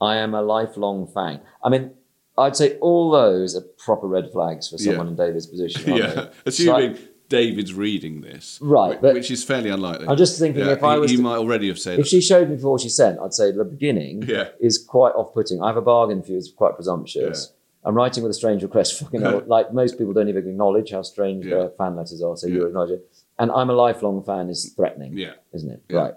S2: I am a lifelong fan. I mean, I'd say all those are proper red flags for someone
S1: Yeah.
S2: in David's position. Aren't
S1: yeah,
S2: they?
S1: assuming
S2: So
S1: David's reading this,
S2: Right,
S1: whi-
S2: but-
S1: Which is fairly unlikely.
S2: I'm just thinking if I
S1: he,
S2: was
S1: he
S2: to-
S1: might already have
S2: I-
S1: said,
S2: if she showed me before she sent, I'd say the beginning
S1: Yeah.
S2: is quite off putting. I have a bargain for you, it's quite presumptuous. I'm writing with a strange request. Fucking hell. like most people don't even acknowledge how strange
S1: Yeah.
S2: their fan letters are, so you're acknowledging. And I'm a lifelong fan is threatening,
S1: Yeah.
S2: isn't it?
S1: Yeah.
S2: Right.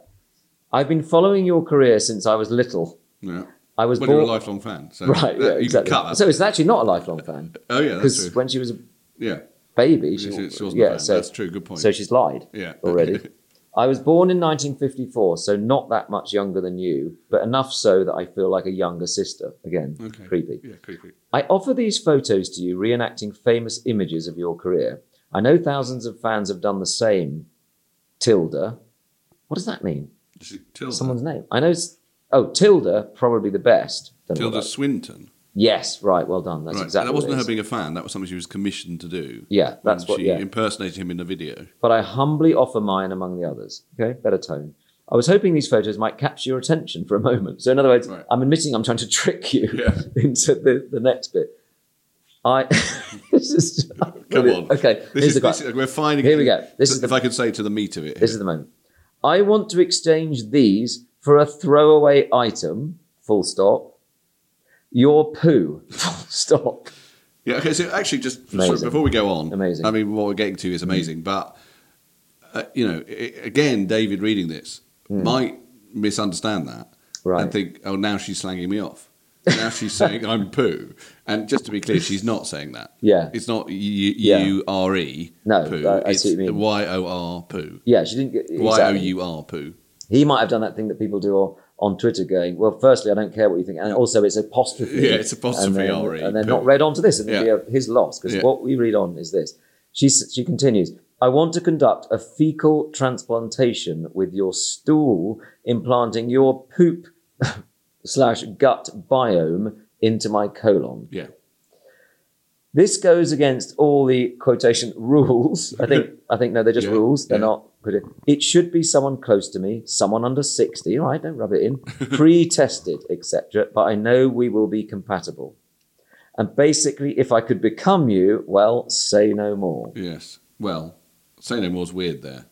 S2: I've been following your career since I was little.
S1: "No."
S2: I was
S1: Well, you're a
S2: born-
S1: lifelong fan, so that-
S2: Right, yeah,
S1: you can
S2: exactly.
S1: cut that.
S2: So it's actually not a lifelong fan.
S1: oh yeah, that's
S2: Because
S1: true.
S2: when she was a
S1: Yeah,
S2: baby,
S1: She-
S2: she,
S1: she- she wasn't a
S2: yeah,
S1: fan.
S2: so,
S1: That's true, good point.
S2: So she's lied
S1: Yeah.
S2: already. I was born in 1954, so not that much younger than you, but enough so that I feel like a younger sister. Again,
S1: Okay.
S2: creepy.
S1: yeah, creepy.
S2: I offer these photos to you reenacting famous images of your career. I know thousands of fans have done the same. Tilda. What does that mean?
S1: She- Tilda,
S2: Someone's name. I know. s- Oh, Tilda, probably the best. Don't know what
S1: Tilda
S2: that-
S1: Swinton.
S2: Yes, right. Well done. That's
S1: Right,
S2: exactly.
S1: that
S2: what
S1: wasn't
S2: it
S1: her
S2: is.
S1: being a fan. That was something she was commissioned to do.
S2: Yeah,
S1: when
S2: that's what-
S1: she
S2: yeah.
S1: impersonated him in the video.
S2: but I humbly offer mine among the others. Okay, better tone. I was hoping these photos might capture your attention for a moment. So, in other words,
S1: Right.
S2: I'm admitting I'm trying to trick you
S1: Yeah.
S2: into the, the next bit. I. this is,
S1: Come on.
S2: Okay,
S1: this
S2: here's
S1: is,
S2: the guy.
S1: this is- we're finding.
S2: Here we go. This is
S1: if
S2: the-
S1: I could say to the meat of it.
S2: This is the moment. I want to exchange these for a throwaway item, full stop. Your poo, full stop.
S1: Yeah. Okay. So actually, just sorry,
S2: Amazing.
S1: before we go on,
S2: Amazing. Mm.
S1: I mean, what we're getting to is amazing, but uh, you know, i again, David reading this might misunderstand that
S2: Mm. Right.
S1: and think, oh, now she's slanging me off. Now she's saying I'm poo, and just to be clear, she's not saying that.
S2: Yeah.
S1: it's not
S2: Yeah.
S1: U R E.
S2: No,
S1: poo.
S2: I- I
S1: it's
S2: see what you mean.
S1: Y O R poo.
S2: Yeah, she didn't get.
S1: Y O
S2: exactly.
S1: U R poo.
S2: he might have done that thing that people do on, on Twitter going, well, firstly, I don't care what you think. And also, it's apostrophe.
S1: Yeah, it's
S2: And
S1: apostrophe
S2: then,
S1: RE.
S2: And then
S1: Cool.
S2: not read on to this. And it'd
S1: Yeah.
S2: be a, his loss, because
S1: Yeah.
S2: what we read on is this. She, s- she continues, I want to conduct a fecal transplantation with your stool, implanting your poop slash gut biome into my colon.
S1: Yeah,
S2: This goes against all the quotation rules. I think I think no, they're just
S1: Yeah,
S2: rules. They're
S1: yeah.
S2: not Put it. It should be someone close to me, someone under sixty. All right, don't rub it in. Pre-tested, etc. But I know we will be compatible. And basically, if I could become you, well, say no more.
S1: Yes. Well, say no more's weird there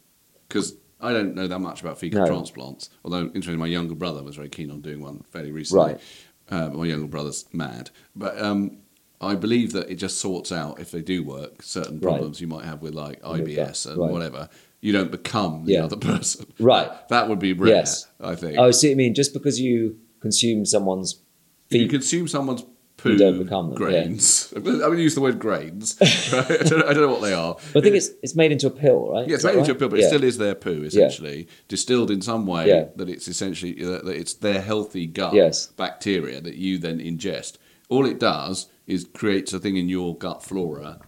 S1: because I don't know that much about fecal
S2: No.
S1: transplants. Although, interestingly, my younger brother was very keen on doing one fairly recently.
S2: Right.
S1: Uh, my younger brother's mad, but um, I believe that it just sorts out if they do work certain
S2: Right.
S1: problems you might have with like
S2: With that,
S1: IBS and
S2: right.
S1: whatever. You don't become the
S2: Yeah.
S1: other person.
S2: Right.
S1: That would be rare.
S2: Yes.
S1: I think.
S2: Oh, see what you mean. Just because you consume someone's
S1: if you
S2: feet,
S1: consume someone's poo
S2: You don't become them,
S1: grains. I'm going to use the word grains. right? I, don't, I don't know what they are.
S2: but I think it's it's made into a pill, right?
S1: Yeah, it's
S2: Is that
S1: made into a
S2: right?
S1: pill, but
S2: Yeah.
S1: it still is their poo, essentially, distilled in some way
S2: Yeah.
S1: that it's essentially uh, that that it's their healthy gut
S2: Yes.
S1: bacteria that you then ingest. All it does is creates a thing in your gut flora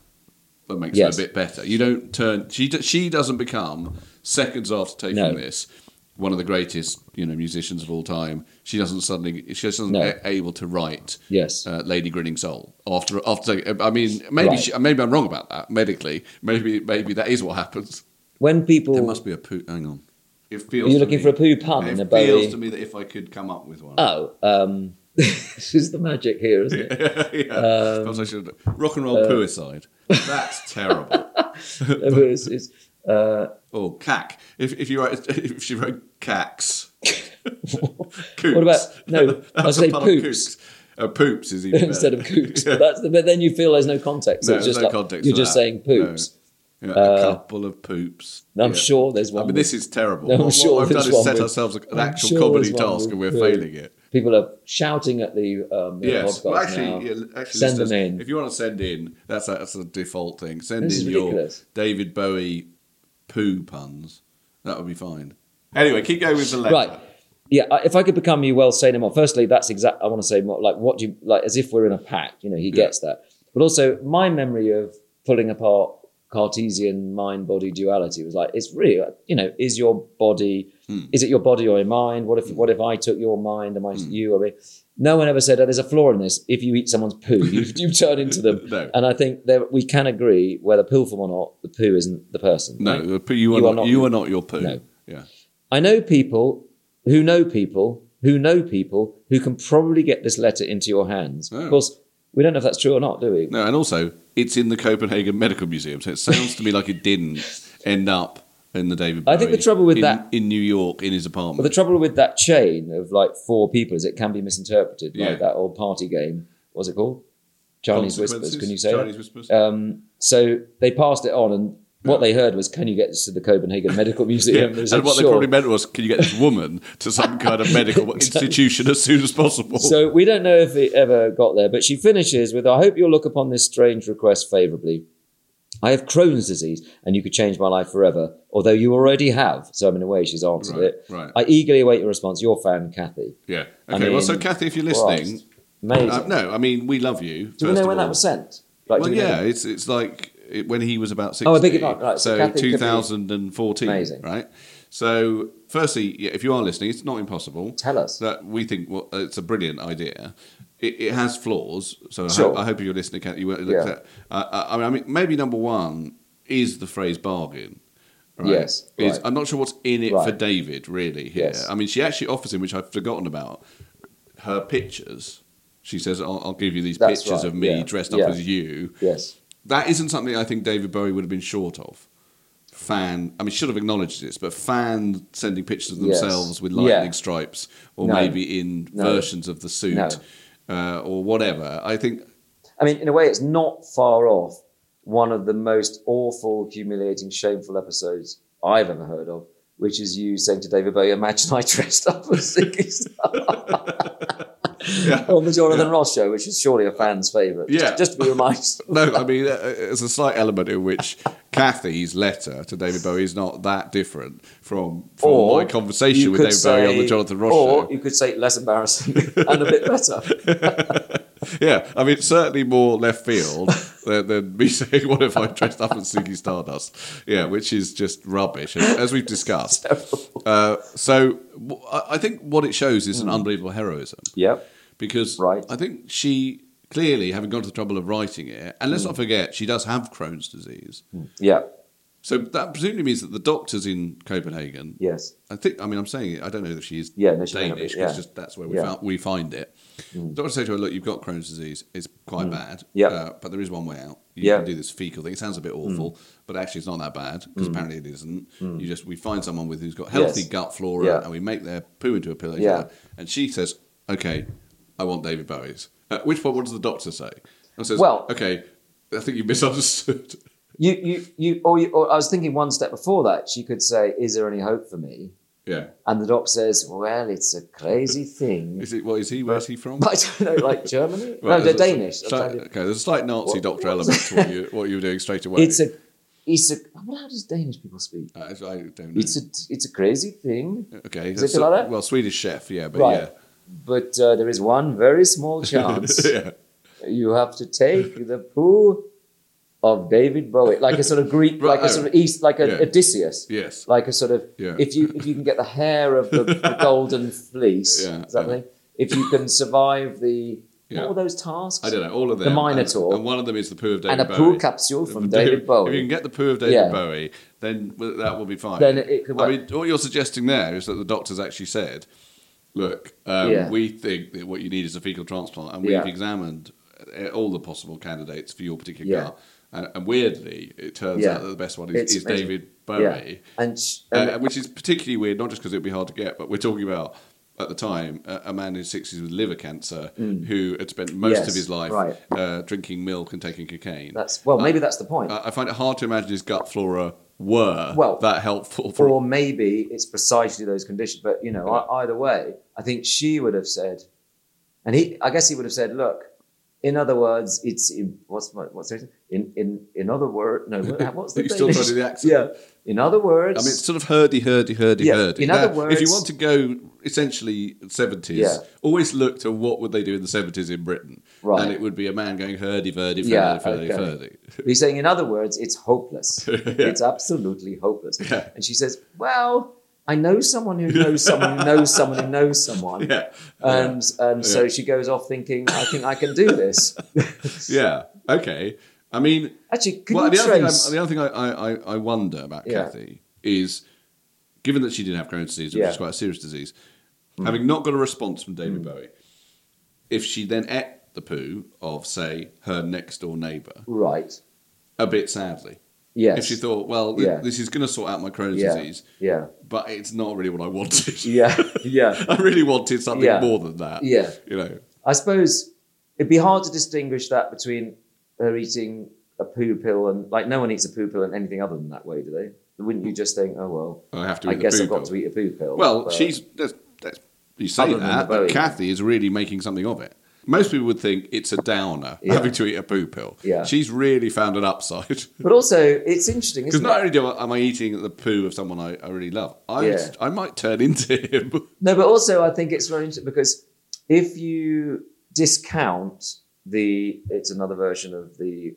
S1: that makes
S2: Yes.
S1: it a bit better. You don't turn she do- she doesn't become seconds after taking
S2: No.
S1: this one of the greatest you know musicians of all time. She doesn't suddenly she doesn't
S2: No.
S1: a- able to write
S2: Yes.
S1: uh, Lady Grinning Soul after after I mean maybe
S2: Right.
S1: she, maybe I'm wrong about that medically maybe maybe that is what happens.
S2: when people
S1: There must be a poo. Hang on. It feels
S2: Are
S1: to
S2: you looking
S1: me-
S2: for a poo pun
S1: It
S2: in a
S1: feels
S2: Bowie?
S1: to me that if I could come up with one.
S2: oh, um, this is the magic here, isn't it?
S1: yeah. Perhaps I should. Rock and roll
S2: uh,
S1: pooicide. That's terrible.
S2: It's- it's-
S1: Or cack. If, if you write, if she wrote cacks. Coops.
S2: about- no,
S1: That's
S2: I'd
S1: a
S2: say
S1: pun on
S2: poops.
S1: Uh, poops is even better.
S2: instead of coops.
S1: Yeah.
S2: But that's the, but then you feel there's no context. So
S1: No,
S2: it's
S1: there's
S2: just
S1: no
S2: like,
S1: context
S2: you're
S1: to
S2: just
S1: that.
S2: saying poops.
S1: Yeah, a couple of poops.
S2: Uh, I'm
S1: Yeah.
S2: sure there's
S1: I
S2: one.
S1: mean,
S2: with-
S1: this is terrible.
S2: No, I'm
S1: what, what
S2: sure
S1: we've done
S2: there's
S1: is
S2: one
S1: set
S2: with-
S1: ourselves an
S2: I'm
S1: actual
S2: sure
S1: comedy
S2: there's one
S1: task, and we're
S2: with
S1: failing it.
S2: People are shouting at the um, the
S1: Yes,
S2: podcast
S1: well, actually,
S2: now.
S1: yeah, actually
S2: Send
S1: listeners,
S2: them in.
S1: If you want to send in, that's a, that's a default thing. Send
S2: This is
S1: in your
S2: ridiculous.
S1: David Bowie poo puns. That would be fine. Anyway, keep going with the letter.
S2: Right. Yeah, I- if I could become you, well, say no more. Firstly, that's exact. I want to say more. Like, what do you like? As if we're in a pact. You know, he gets that. But also, my memory of pulling apart Cartesian mind-body duality was like, it's really, like, you know, is your body,
S1: Hmm.
S2: is it your body or your mind? What if, what if I took your mind? Am I
S1: Hmm.
S2: you? I mean, no one ever said oh, there's a flaw in this. If you eat someone's poo, you, you turn into them.
S1: No.
S2: And I think there, we can agree, whether pilful or not, the poo isn't the person.
S1: No,
S2: right?
S1: the poo- you, are, not, you are not your poo.
S2: No.
S1: Yeah.
S2: I know people who know people who know people who can probably get this letter into your hands.
S1: Oh.
S2: Of course, we don't know if that's true or not, do we?
S1: No, and also it's in the Copenhagen Medical Museum, so it sounds to me like it didn't end up in the David. Bowie
S2: I think the trouble with
S1: in-
S2: that-
S1: in New York in his
S2: But the
S1: apartment.
S2: trouble with that chain of like four people is it can be misinterpreted,
S1: Yeah.
S2: like that old party game. What's it called? Chinese whispers.
S1: Consequences?
S2: Can you say
S1: Chinese
S2: that?
S1: whispers?
S2: Um, so they passed it on, and what they heard was, "Can you get this to the Copenhagen Medical Museum?"
S1: Yeah,
S2: They said,
S1: and what they
S2: "Sure."
S1: probably meant was, can you get this woman to some kind of medical institution as soon as possible?
S2: So we don't know if it ever got there, but she finishes with, I hope you'll look upon this strange request favourably. I have Crohn's disease, and you could change my life forever, although you already have. So, in a way, she's answered
S1: Right,
S2: it.
S1: right.
S2: I eagerly await your response. Your fan, Kathy.
S1: yeah.
S2: I
S1: Okay. well, so
S2: mean,
S1: Kathy, if you're
S2: Christ.
S1: listening,
S2: Amazing.
S1: Uh, no, I mean we love you.
S2: Do we
S1: first
S2: know
S1: of
S2: when that
S1: all.
S2: was sent? Like, do
S1: Well,
S2: we know
S1: yeah,
S2: that?
S1: it's it's like it, when he was about sixty.
S2: Oh, I beg your pardon. Right,
S1: so
S2: so Kathy could be-
S1: 2014.
S2: Amazing.
S1: right? So, firstly, yeah, if you are listening, it's not impossible.
S2: Tell us.
S1: that we think well, it's a brilliant idea. It, it has flaws, so I,
S2: Sure.
S1: hope, I hope if you're listening, Kathy, you won't look
S2: Yeah.
S1: at. Uh, I, I mean, maybe number one is the phrase bargain. Right?
S2: Yes,
S1: Is-
S2: right.
S1: I'm not sure what's in it for
S2: Right.
S1: David really here.
S2: Yes.
S1: I mean, she actually offers him, which I've forgotten about, her pictures. She says, "I'll, I'll give you these
S2: That's
S1: pictures
S2: right,
S1: of me
S2: yeah,
S1: dressed up
S2: yeah.
S1: as you."
S2: Yes.
S1: That isn't something I think David Bowie would have been short of. Fan, I mean, should have acknowledged this, but fan sending pictures of
S2: Yes.
S1: themselves with
S2: Yeah.
S1: lightning stripes, or
S2: No.
S1: maybe in
S2: No.
S1: versions of the suit,
S2: No.
S1: uh, or whatever. I think
S2: I mean, in a way, it's not far off one of the most awful, humiliating, shameful episodes I've ever heard of, which is you saying to David Bowie, Imagine I dressed up as Ziggy Star. On the Jonathan Ross show, which is surely a fan's favourite. Just-
S1: Yeah.
S2: Just, to be reminded.
S1: no, I mean, uh, it's a slight element in which Kathy's letter to David Bowie is not that different from, from my
S2: you
S1: conversation with
S2: could
S1: David Bowie on
S2: say-
S1: the Jonathan Ross
S2: Or
S1: show.
S2: you could say less embarrassing and a bit better.
S1: yeah, I mean, it's certainly more left field than, than me saying, "What if I dressed up as Ziggy Stardust?" Yeah, which is just rubbish, as, as we've discussed. Uh, so, w- I- I think what it shows is an unbelievable heroism
S2: Yep.
S1: because
S2: Right.
S1: I think she clearly, having gone to the trouble of writing it, and let's not forget, she does have Crohn's disease.
S2: Yeah.
S1: So that presumably means that the doctors in Copenhagen.
S2: Yes.
S1: I think. I mean, I'm saying it. I don't know that she is
S2: Yeah, no, she may not
S1: Danish.
S2: be,
S1: 'cause
S2: yeah.
S1: just that's where we
S2: Yeah. Mm.
S1: found, we find it. Doctors say to her, "Look, you've got Crohn's disease. It's quite bad. uh,
S2: Yeah.
S1: but there is one way out. You
S2: Yeah.
S1: can do this fecal thing. It sounds a
S2: Mm.
S1: bit awful, but actually, it's not that bad because apparently it isn't. You just we find someone with who's got healthy
S2: Yes.
S1: gut flora,
S2: Yeah.
S1: and we make their poo into a pillow.
S2: Yeah.
S1: And she says, "Okay, I want David Bowie's." At which point, what does the doctor say? And says,
S2: Well-
S1: okay, I think you misunderstood."
S2: You, you, you, or, you, or I was thinking one step before that, she could say, Is there any hope for me?
S1: yeah.
S2: And the doc says, Well, it's a crazy thing.
S1: Is it? What is he? Where's he from?
S2: But I don't know, like Germany?
S1: Right,
S2: no, they're
S1: there's a-
S2: Danish.
S1: slight- okay, there's a slight Nazi
S2: What-
S1: doctor
S2: what-
S1: element to what you what you were doing straight away.
S2: It's a, it's a, well, how does Danish people speak?
S1: I, I don't know.
S2: It's a, it's a crazy thing.
S1: okay.
S2: Is it
S1: that's a-
S2: like that?
S1: Well, Swedish chef, yeah, but
S2: right. But uh, there is one very small chance
S1: yeah, yeah.
S2: you have to take the poo of David Bowie, like a sort of Greek,
S1: Right,
S2: like a
S1: oh.
S2: sort of East, like an
S1: Yeah.
S2: Odysseus.
S1: Yes.
S2: Like a sort of
S1: Yeah.
S2: if you if you can get the hair of the, the golden fleece,
S1: Yeah,
S2: is that
S1: yeah.
S2: the thing? If you can survive the
S1: Yeah.
S2: what were those tasks?
S1: I don't know. All of them.
S2: The Minotaur
S1: And, and one of them is the poo of David
S2: and a
S1: Bowie.
S2: poo capsule from David
S1: If you can
S2: Bowie.
S1: get the poo of David
S2: Yeah.
S1: Bowie, then well, that will be fine.
S2: Then it could
S1: I
S2: work.
S1: mean, what you're suggesting there is that the doctors actually said, "Look, um,
S2: Yeah.
S1: we think that what you need is a fecal transplant, and we've
S2: Yeah.
S1: examined uh, all the possible candidates for your particular
S2: Yeah.
S1: car." And, and weirdly, it turns
S2: Yeah.
S1: out that the best one
S2: It's
S1: is, is
S2: amazing.
S1: David Bowie.
S2: Yeah. And, sh- and
S1: uh, which is particularly weird, not just because it would be hard to get, but we're talking about at the time a, a man in his sixties with liver cancer who had spent most
S2: Mm. Yes,
S1: of his life
S2: right.
S1: uh, drinking milk and taking cocaine.
S2: that's well, maybe that's the point.
S1: Uh, I I find it hard to imagine his gut flora were
S2: Well,
S1: that helpful for.
S2: or maybe it's precisely those conditions. But you know, e- either way, I think she would have said, and he, I guess he would have said, look. In other words, it's in, what's my, what's it? In in in other words, no. what- What's the
S1: You still
S2: Danish?
S1: trying to do the accent.
S2: Yeah. In other words,
S1: I mean, it's sort of herdy, herdy, herdy,
S2: Yeah,
S1: herdy.
S2: in other
S1: if you
S2: words-
S1: want to go essentially seventies,
S2: Yeah.
S1: always look to what would they do in the seventies in Britain,
S2: Right.
S1: and it would be a man going herdy, herdy, herdy,
S2: Yeah,
S1: herdy,
S2: okay.
S1: herdy.
S2: he's saying, in other words, it's hopeless. It's absolutely hopeless.
S1: Yeah.
S2: And she says, well, I know someone who knows someone who knows someone who knows someone.
S1: Yeah.
S2: And and so she goes off thinking, I think I can do this.
S1: Yeah. Okay. I mean,
S2: Actually, could
S1: well,
S2: you
S1: the other, thing
S2: trace?
S1: I, the other thing I, I, I- I wonder about
S2: Yeah.
S1: Kathy is, given that she did have Crohn's disease, which
S2: Yeah. Hmm.
S1: is quite a serious disease, having not got a response from David Bowie, if she then ate the poo of, say, her next door neighbour,
S2: Right.
S1: a bit sadly.
S2: Yes.
S1: If she thought, well, th-
S2: Yeah.
S1: this is going to sort out my Crohn's
S2: yeah.
S1: disease,
S2: Yeah.
S1: but it's not really what I wanted.
S2: Yeah. Yeah.
S1: I really wanted something
S2: Yeah.
S1: more than that.
S2: Yeah.
S1: You know,
S2: I suppose it'd be hard to distinguish that between her eating a poo pill and like no one eats a poo pill and anything other than that way, do they? Wouldn't you just think, oh well,
S1: I have to
S2: I
S1: eat the
S2: guess
S1: poo
S2: I've got
S1: pill.
S2: to eat a poo pill.
S1: Well,
S2: but-
S1: she's that's, that's, you say
S2: Other than
S1: that,
S2: the
S1: but
S2: Bowie.
S1: Kathy is really making something of it. Most people would think it's a downer
S2: Yeah.
S1: having to eat a poo pill.
S2: Yeah.
S1: She's really found an upside.
S2: But also, it's interesting,
S1: Because
S2: isn't
S1: not
S2: it?
S1: only do I, am I eating the poo of someone I, I really love, I,
S2: Yeah.
S1: I might turn into him.
S2: No, but also I think it's very interesting because if you discount the, it's another version of the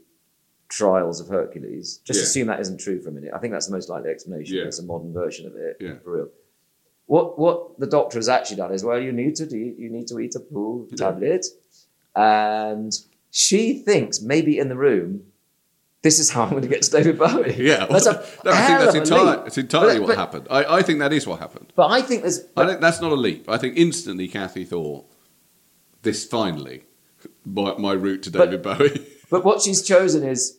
S2: trials of Hercules. Just
S1: Yeah.
S2: assume that isn't true for a minute. I think that's the most likely explanation.
S1: Yeah.
S2: It's a modern version of it,
S1: Yeah.
S2: for real. What what the doctor has actually done is, well, you need to eat, you need to eat a poo tablet, and she thinks maybe in the room. This is how I'm going to get to David Bowie.
S1: yeah.
S2: that's a
S1: no, I
S2: hell
S1: think
S2: of
S1: that's
S2: a
S1: entirely,
S2: leap.
S1: it's entirely
S2: But-
S1: what
S2: but-
S1: happened. I, I think that is what happened.
S2: But I think there's
S1: I think that's not a leap. I think instantly Kathy thought, this finally, my, my route to
S2: But-
S1: David Bowie.
S2: But what she's chosen is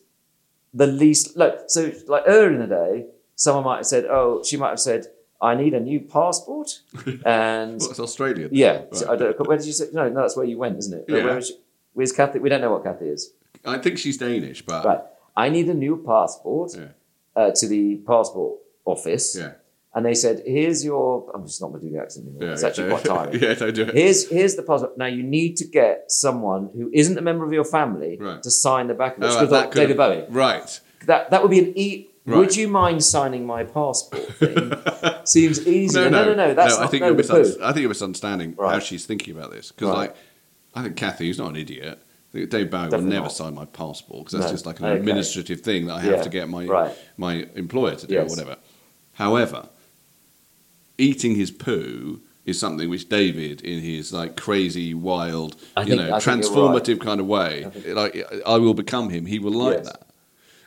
S2: the least. Look, so like earlier in the day, someone might have said, "Oh, she might have said, I need a new passport," and
S1: What's Australia?
S2: yeah, so I
S1: Right.
S2: don't, where did you say? No, no, that's where you went, isn't it? No,
S1: Yeah.
S2: Where was she, where's Kathy? We don't know what Kathy is.
S1: I think she's Danish, but
S2: Right, I need a new passport
S1: Ah. Yeah.
S2: uh, to the passport office,
S1: Yeah.
S2: and they said, "Here's your." I'm just not going to do the accent anymore.
S1: Yeah,
S2: it's actually
S1: yeah.
S2: quite tiring.
S1: yeah, don't do it.
S2: Here's here's the passport. Now you need to get someone who isn't a member of your family
S1: Right.
S2: to sign the back of it.
S1: Oh,
S2: It's
S1: right,
S2: called
S1: that could
S2: David Bowie.
S1: have- Right.
S2: That that would be an e.
S1: Right.
S2: Would you mind signing my passport? Thing? Seems easy. No, no, no. that's
S1: I
S2: not,
S1: think
S2: no,
S1: you're
S2: the
S1: misunderstanding.
S2: poo.
S1: I think you're misunderstanding how
S2: Right.
S1: she's thinking about this because,
S2: Right.
S1: like, I think Kathy, who's not an idiot, I think Dave Bowie will
S2: Definitely
S1: never
S2: not.
S1: sign my passport because that's
S2: No.
S1: just like an
S2: Okay.
S1: administrative thing that I have
S2: Yeah.
S1: to get my
S2: Right.
S1: my employer to do or
S2: Yes.
S1: whatever. However, eating his poo is something which David, in his like crazy, wild,
S2: I
S1: you
S2: think-
S1: know,
S2: I think you're
S1: transformative kind of way, like I will become him. He will like
S2: Yes.
S1: that.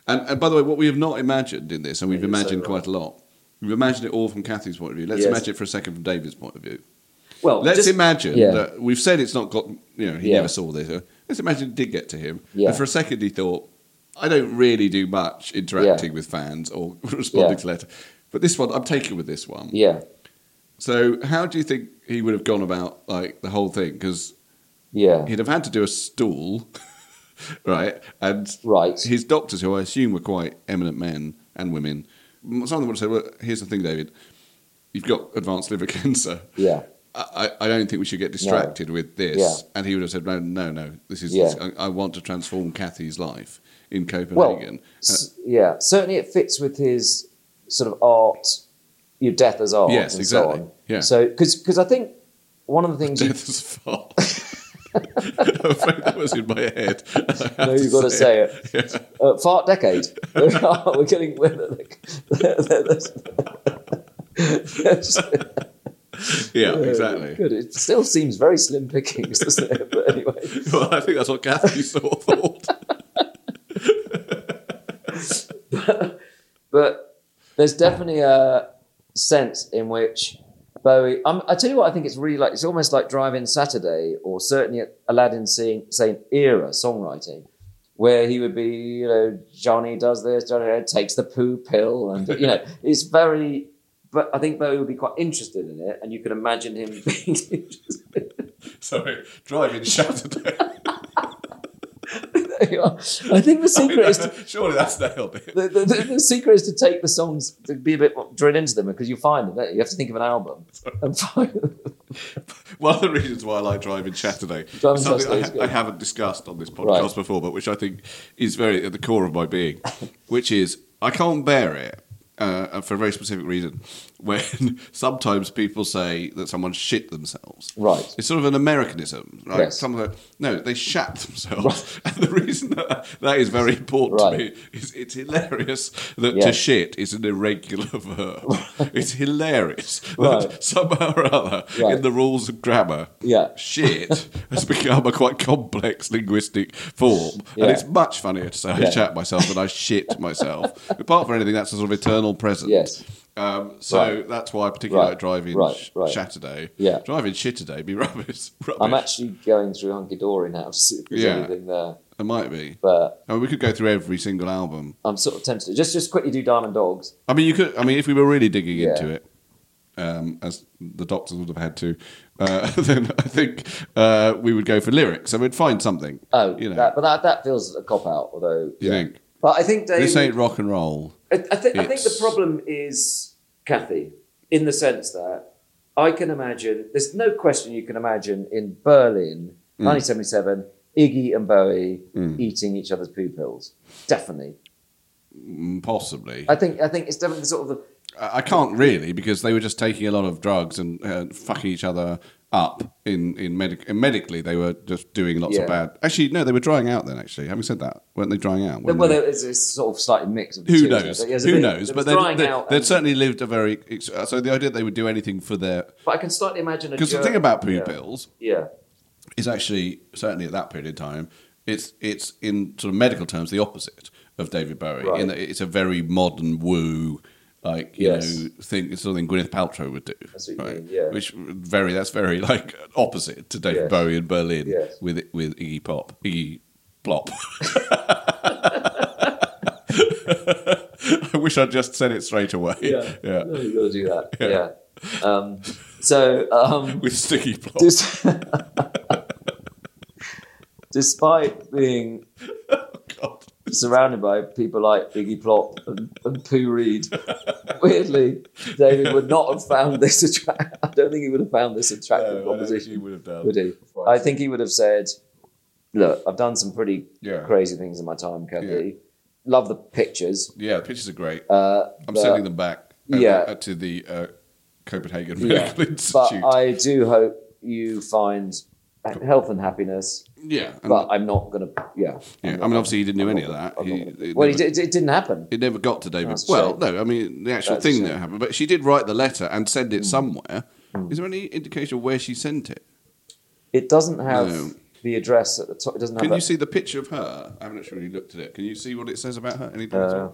S1: And, and by the way, what we have not imagined in this, and we've
S2: Yeah, you're so
S1: imagined quite a lot, we've imagined it all from Kathy's point of view. Let's
S2: Yes.
S1: imagine it for a second from David's point of view.
S2: Well,
S1: Let's
S2: just-
S1: imagine
S2: yeah.
S1: that we've said it's not got, you know, he
S2: Yeah.
S1: never saw this. Uh, Let's imagine it did get to him.
S2: Yeah.
S1: And for a second, he thought, I don't really do much interacting with fans or responding
S2: Yeah.
S1: to letters. But this one, I'm taken with this one.
S2: Yeah,
S1: So, how do you think he would have gone about like the whole thing? Because
S2: yeah,
S1: he'd have had to do a stool, right? And
S2: right.
S1: his doctors, who I assume were quite eminent men and women, some of them would say, "Well, here's the thing, David. You've got advanced liver cancer.
S2: Yeah,
S1: I, I I don't think we should get distracted with this."
S2: Yeah.
S1: And he would have said, "No, no, no. This is.
S2: Yeah.
S1: I, I want to transform Kathy's life in
S2: well,
S1: Copenhagen." Uh,
S2: s- yeah. Certainly, it fits with his sort of art, your death as art.
S1: Yes,
S2: and
S1: exactly.
S2: So on.
S1: Yeah.
S2: So, because I think one of the things you
S1: Death is far. I'm afraid that was in my head.
S2: No, you've got to say it. Uh, fart decade. we're getting.
S1: Yeah, exactly.
S2: Good. It still seems very slim pickings, doesn't it? But anyway,
S1: Well, I think that's what Kathy sort of thought.
S2: but there's definitely a sense in which Bowie. Um, I tell you what, I think it's really like it's almost like Drive-In Saturday, or certainly Aladdin saying saying era songwriting, where he would be, you know, Johnny does this, Johnny takes the poo pill, and you know, it's very. But I think Bowie would be quite interested in it, and you can imagine him being interested.
S1: Sorry, driving Saturday.
S2: There you are. I think the secret is to,
S1: Surely that's nailed it.
S2: the, the, the, the secret is to take the songs to be a bit more, drill into them because you find them. Don't you? you have to think of an album and find them.
S1: One of the reasons why I like driving Saturday,
S2: Driving
S1: something
S2: Saturday
S1: I,
S2: is
S1: ha-
S2: good.
S1: I haven't discussed on this podcast
S2: Right.
S1: before, but which I think is very at the core of my being, which is I can't bear it uh, and for a very specific reason. When sometimes people say that someone shit themselves,
S2: Right.
S1: It's sort of an Americanism, right?
S2: Yes.
S1: Some of the, no, they shat themselves, and the reason that that is very important
S2: Right.
S1: to me is it's hilarious that to
S2: Yes.
S1: shit is an irregular verb. It's hilarious that
S2: Right.
S1: somehow or other
S2: Right.
S1: in the rules of grammar,
S2: Yeah.
S1: shit has become a quite complex linguistic form.
S2: Yeah.
S1: And it's much funnier to say I
S2: Yeah.
S1: chat myself than I shit myself. Apart from anything, that's a sort of eternal present.
S2: Yes.
S1: Um, so
S2: Right.
S1: that's why I particularly
S2: Right.
S1: like driving
S2: Right.
S1: sh-
S2: Right.
S1: Saturday.
S2: Yeah.
S1: Driving shit today be rubbish. rubbish.
S2: I'm actually going through Hunky Dory now to see if there's
S1: Yeah.
S2: anything there.
S1: It might be.
S2: But
S1: I mean, we could go through every single album.
S2: I'm sort of tempted. Just just quickly do Diamond Dogs.
S1: I mean, you could. I mean, if we were really digging
S2: Yeah.
S1: into it, um, as the doctors would have had to, uh, then I think uh, we would go for lyrics. So we'd find something.
S2: Oh,
S1: you know,
S2: that, but that, that feels a cop out, although.
S1: you think
S2: But I think David.
S1: this ain't rock and roll.
S2: I, I, thi- I think the
S1: It's-
S2: problem is Kathy, in the sense that I can imagine, there's no question you can imagine in Berlin,
S1: Mm.
S2: 1977, Iggy and Bowie eating each other's poo pills. Definitely.
S1: Mm, Possibly,
S2: I think I think it's definitely sort of the.
S1: I, I can't really because they were just taking a lot of drugs and uh, fucking each other up in in, medic- and medically. They were just doing lots
S2: Yeah.
S1: of bad. Actually, no, they were drying out then. Actually, having said that, weren't they drying out?
S2: Well,
S1: When they-
S2: there is a sort of slightly mix of the
S1: Who
S2: two, isn't
S1: knows?
S2: there? There's a
S1: Who
S2: bit-
S1: knows? But
S2: there was
S1: they
S2: drying
S1: they
S2: out
S1: they'd
S2: and-
S1: certainly lived a very. ex- So the idea that they would do anything for their
S2: But I can slightly imagine a
S1: because the
S2: jerk-
S1: thing about poo
S2: yeah.
S1: pills
S2: Yeah.
S1: is actually certainly at that period in time, it's it's in sort of medical terms the opposite of David Bowie.
S2: Right.
S1: In that it's a very modern woo, like you
S2: Yes.
S1: know, thing something Gwyneth Paltrow would do.
S2: That's what you mean, yeah.
S1: Which very that's very like opposite to David
S2: Yes.
S1: Bowie in Berlin
S2: Yes.
S1: with with Iggy Pop, Iggy Plop. I wish I'd just said it straight away.
S2: Yeah.
S1: yeah.
S2: No, you got to do that. Yeah. Um, so. Um,
S1: With sticky plop.
S2: Dis- despite being surrounded by people like Iggy Plop and, and Pooh Reed, weirdly, David would not have found this attractive. I don't think he would have found this attractive
S1: No, I don't think
S2: proposition.
S1: he would have done.
S2: Would he? I think he would have said, "Look, I've done some pretty
S1: Yeah.
S2: crazy things in my time, Kathy. Love the pictures.
S1: Yeah, the pictures are great.
S2: Uh,
S1: I'm
S2: but-
S1: sending them back. uh,
S2: yeah.
S1: uh, to the uh, Copenhagen
S2: yeah.
S1: Medical
S2: but
S1: Institute.
S2: I do hope you find health and happiness."
S1: yeah, and-
S2: But I'm not going to,
S1: yeah.
S2: yeah.
S1: I
S2: I'm
S1: mean,
S2: not-
S1: obviously, he didn't do
S2: I'm
S1: any
S2: not
S1: of that.
S2: I'm
S1: He,
S2: not gonna-
S1: it
S2: well, it,
S1: never,
S2: did, it didn't happen.
S1: it never got to David.
S2: That's a
S1: Well,
S2: shame.
S1: no, I mean, the actual
S2: That's a
S1: thing
S2: shame.
S1: that happened. But she did write the letter and
S2: Hmm.
S1: send it somewhere. Is there any indication of where she sent it?
S2: It doesn't have.
S1: No.
S2: the address at the top. It doesn't have
S1: Can
S2: that.
S1: you see the picture of her? I haven't actually looked at it. Can you see what it says about her? Any points?
S2: Uh,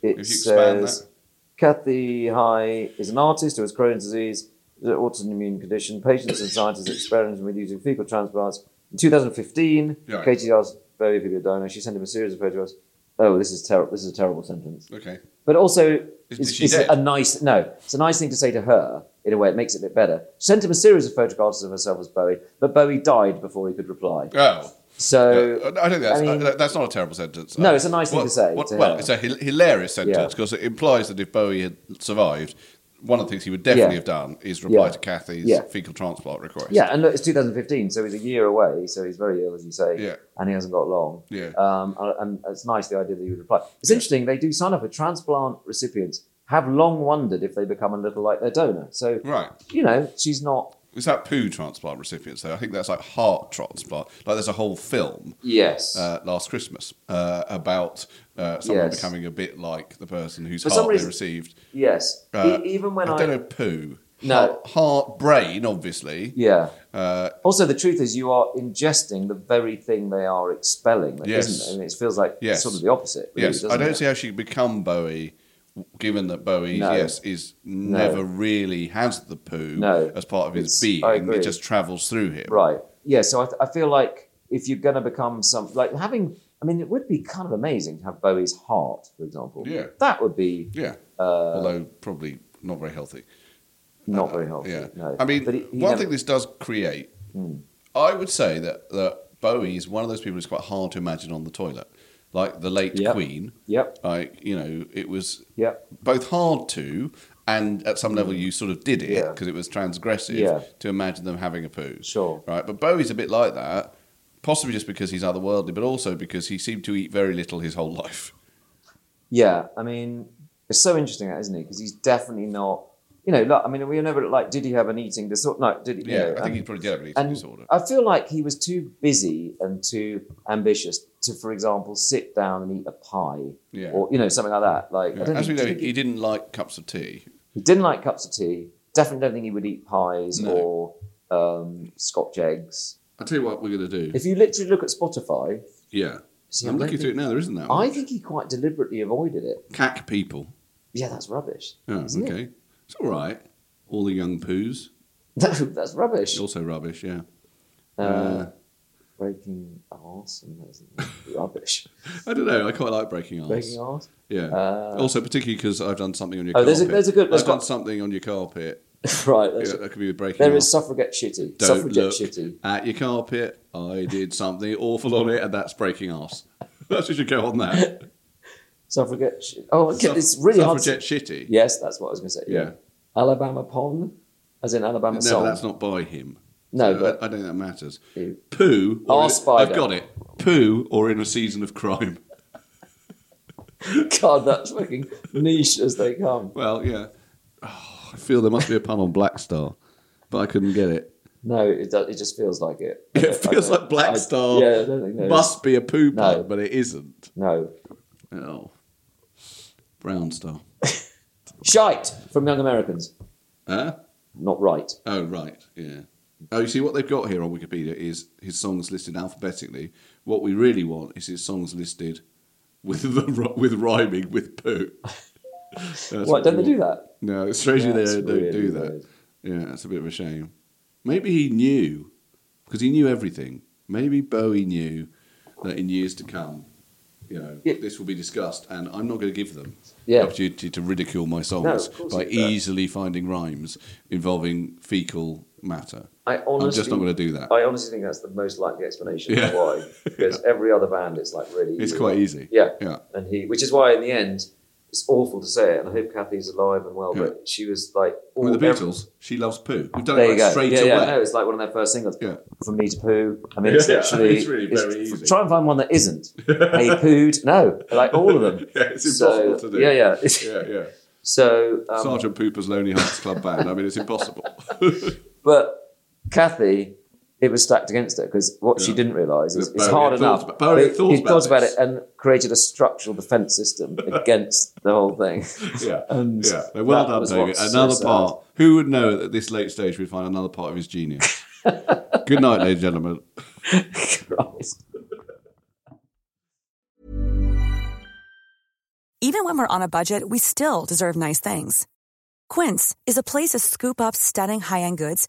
S1: if
S2: it
S1: you expand
S2: says
S1: that,
S2: Kathy High is an artist who has Crohn's disease, is an autoimmune condition. Patients and scientists experimented with using fecal transplants. In 2015,
S1: Right.
S2: Katie asked very people to She sent him a series of photographs. Oh, this is terrible. This is a terrible sentence.
S1: okay.
S2: But also, it's,
S1: she
S2: it's
S1: dead?
S2: a nice no. It's a nice thing to say to her in a way. It makes it a bit better. She sent him a series of photographs of herself as Bowie, but Bowie died before he could reply.
S1: Oh.
S2: So
S1: Uh, I think that's,
S2: I mean-
S1: uh, that's not a terrible sentence.
S2: No,
S1: Uh,
S2: it's a nice thing
S1: what-
S2: to say
S1: what-
S2: to
S1: well,
S2: her.
S1: it's a hil- hilarious
S2: Yeah.
S1: sentence because it implies that if Bowie had survived, one of the things he would definitely
S2: Yeah.
S1: have done is reply
S2: Yeah.
S1: to Kathy's
S2: Yeah.
S1: fecal transplant request.
S2: Yeah, and look, it's 2015, so he's a year away, so he's very ill, as you say,
S1: Yeah.
S2: and he hasn't got long.
S1: Yeah.
S2: Um, and- and it's nice the idea that he would reply. It's interesting, they do sign up for transplant recipients, have long wondered if they become a little like their donor. So,
S1: Right.
S2: you know, she's not.
S1: Is that poo transplant recipients though? I think that's like heart transplant. Like there's a whole film
S2: Yes.
S1: uh, last Christmas uh, about uh, someone
S2: Yes.
S1: becoming a bit like the person whose
S2: For
S1: heart
S2: some
S1: they
S2: reason-
S1: received.
S2: yes.
S1: Uh,
S2: E- even when I.
S1: I don't know poo.
S2: No.
S1: heart, heart brain obviously.
S2: Yeah.
S1: Uh,
S2: Also, the truth is, you are ingesting the very thing they are expelling. That
S1: Yes.
S2: not I mean, it feels like
S1: Yes.
S2: sort of the opposite. really,
S1: yes, I
S2: doesn't
S1: don't
S2: it?
S1: see how she could become Bowie, w- given that Bowie
S2: No.
S1: yes is never really has the poo
S2: No.
S1: as part of his
S2: It's-
S1: being.
S2: I agree.
S1: It just travels through him.
S2: Right. Yeah. So I, th- I feel like if you're going to become some, like having, I mean, it would be kind of amazing to have Bowie's heart, for example.
S1: Yeah.
S2: That would be
S1: Yeah.
S2: Uh,
S1: Although probably not very healthy.
S2: not very healthy.
S1: Yeah.
S2: No.
S1: I mean,
S2: But he- he
S1: one
S2: never- Hmm.
S1: thing this does create, I would say that, that Bowie is one of those people who's quite hard to imagine on the toilet. Like the late
S2: Yep.
S1: Queen.
S2: Yep.
S1: Like, you know, it was
S2: Yep.
S1: both hard to and at some level you sort of did it
S2: Hmm. Yeah.
S1: because it was transgressive
S2: Yeah.
S1: to imagine them having a poo.
S2: Sure.
S1: Right. But Bowie's a bit like that, possibly just because he's otherworldly, but also because he seemed to eat very little his whole life.
S2: Yeah. I mean, it's so interesting, that, isn't it? Because he's definitely not. You know, like, I mean, we were never like, did he have an eating disorder? No, did he? you
S1: Yeah,
S2: know,
S1: I think
S2: and-
S1: he probably did have an eating
S2: and
S1: disorder.
S2: I feel like he was too busy and too ambitious to, for example, sit down and eat a pie
S1: Yeah.
S2: or you know something like that. Like, I
S1: Yeah.
S2: don't
S1: As we
S2: think-
S1: know,
S2: do you think
S1: he didn't like cups of tea.
S2: He didn't like cups of tea. Definitely don't think he would eat pies or um, scotch eggs.
S1: I'll tell you what we're going to do.
S2: If you literally look at Spotify,
S1: Yeah.
S2: See,
S1: I'm
S2: I don't
S1: looking through it
S2: think-
S1: now. There isn't that
S2: I
S1: one.
S2: think he quite deliberately avoided it.
S1: Cack people.
S2: Yeah, that's rubbish.
S1: Oh,
S2: isn't it?
S1: okay. It's all right. All the young poos.
S2: No, that's rubbish.
S1: Also rubbish, yeah.
S2: Uh, breaking arse and that's rubbish.
S1: I don't know. I quite like breaking arse.
S2: breaking arse. Uh,
S1: Yeah. also, particularly because I've done something on your
S2: Oh,
S1: carpet.
S2: there's a- there's a good- there's
S1: I've done
S2: got-
S1: something on your carpet.
S2: right.
S1: Yeah,
S2: That's
S1: that could be with breaking
S2: There
S1: arse.
S2: is suffragette shitty.
S1: Don't
S2: suffragette
S1: look
S2: shitty.
S1: at your carpet. I did something awful on it, and that's breaking arse. That's what you go on that.
S2: Suffragette. Shitty. Oh, okay, it's really hard. to-
S1: Suffragette shitty.
S2: Yes, that's what I was going to say.
S1: Yeah.
S2: Alabama pond, as in Alabama
S1: No,
S2: song.
S1: but that's not by him.
S2: No,
S1: So
S2: but-
S1: I, I don't think that matters.
S2: Ew.
S1: Poo. or
S2: Our
S1: in-
S2: spider.
S1: I've got it. Poo or in a season of crime.
S2: God, that's fucking niche as they come.
S1: Well, yeah. Oh, I feel there must be a pun on Black Star, but I couldn't get it.
S2: No, it, do- it just feels like it. I
S1: It
S2: don't- I
S1: feels
S2: don't-
S1: like Black
S2: I-
S1: Star
S2: Yeah, I don't think there is.
S1: must be a poo pun,
S2: No.
S1: but it isn't.
S2: No.
S1: Oh. Brown Star.
S2: Shite from Young Americans.
S1: Huh?
S2: Not right.
S1: Oh, right. Yeah. Oh, you see, what they've got here on Wikipedia is his songs listed alphabetically. What we really want is his songs listed with the, ri- with rhyming with poo. That's
S2: Why
S1: what
S2: don't
S1: we
S2: they do
S1: want.
S2: that?
S1: No, it's strangely
S2: That's
S1: they don't
S2: really
S1: do that.
S2: weird.
S1: Yeah, that's a bit of a shame. Maybe he knew, because he knew everything. Maybe Bowie knew that in years to come, you know,
S2: Yeah.
S1: this will be discussed, and I'm not going to give them
S2: Yeah.
S1: the opportunity to ridicule my
S2: No,
S1: songs
S2: of course
S1: by
S2: you don't.
S1: easily finding rhymes involving fecal matter.
S2: I honestly,
S1: I'm just not going to do that.
S2: I honestly think that's the most likely explanation
S1: Yeah.
S2: of why. Because every other band is like really.
S1: It's quite easy.
S2: Yeah.
S1: Yeah.
S2: And he, which is why in the end, it's awful to say it, and I hope Kathy's alive and well,
S1: Yeah.
S2: but she was like. all-
S1: With the Beatles, she loves poo. We've done it
S2: There you
S1: like
S2: go.
S1: straight
S2: yeah,
S1: away.
S2: yeah, no, it's like one of their first singles.
S1: Yeah.
S2: From me to poo. I mean, it's
S1: Yeah,
S2: literally.
S1: it's really very easy.
S2: Try and find one that isn't. hey, pooed. No, like all of them.
S1: Yeah, it's
S2: So,
S1: impossible to do.
S2: Yeah, yeah.
S1: yeah, yeah.
S2: So, um,
S1: Sergeant Pooper's Lonely Hearts Club Band. I mean, it's impossible.
S2: but Kathy, it was stacked against her because what she
S1: Yeah.
S2: didn't realise is
S1: That
S2: it's
S1: Bowie
S2: hard
S1: had
S2: enough.
S1: thought about- Bowie had
S2: but
S1: thought
S2: he
S1: about
S2: thought about
S1: this.
S2: it and created a structural defense system against the whole thing.
S1: yeah,
S2: And
S1: yeah. No, well
S2: that
S1: done,
S2: was
S1: David.
S2: what's so
S1: Another
S2: sad.
S1: part. Who would know at this late stage we'd find another part of his genius? Good night, ladies and gentlemen.
S2: Christ.
S4: Even when we're on a budget, we still deserve nice things. Quince is a place to scoop up stunning high end goods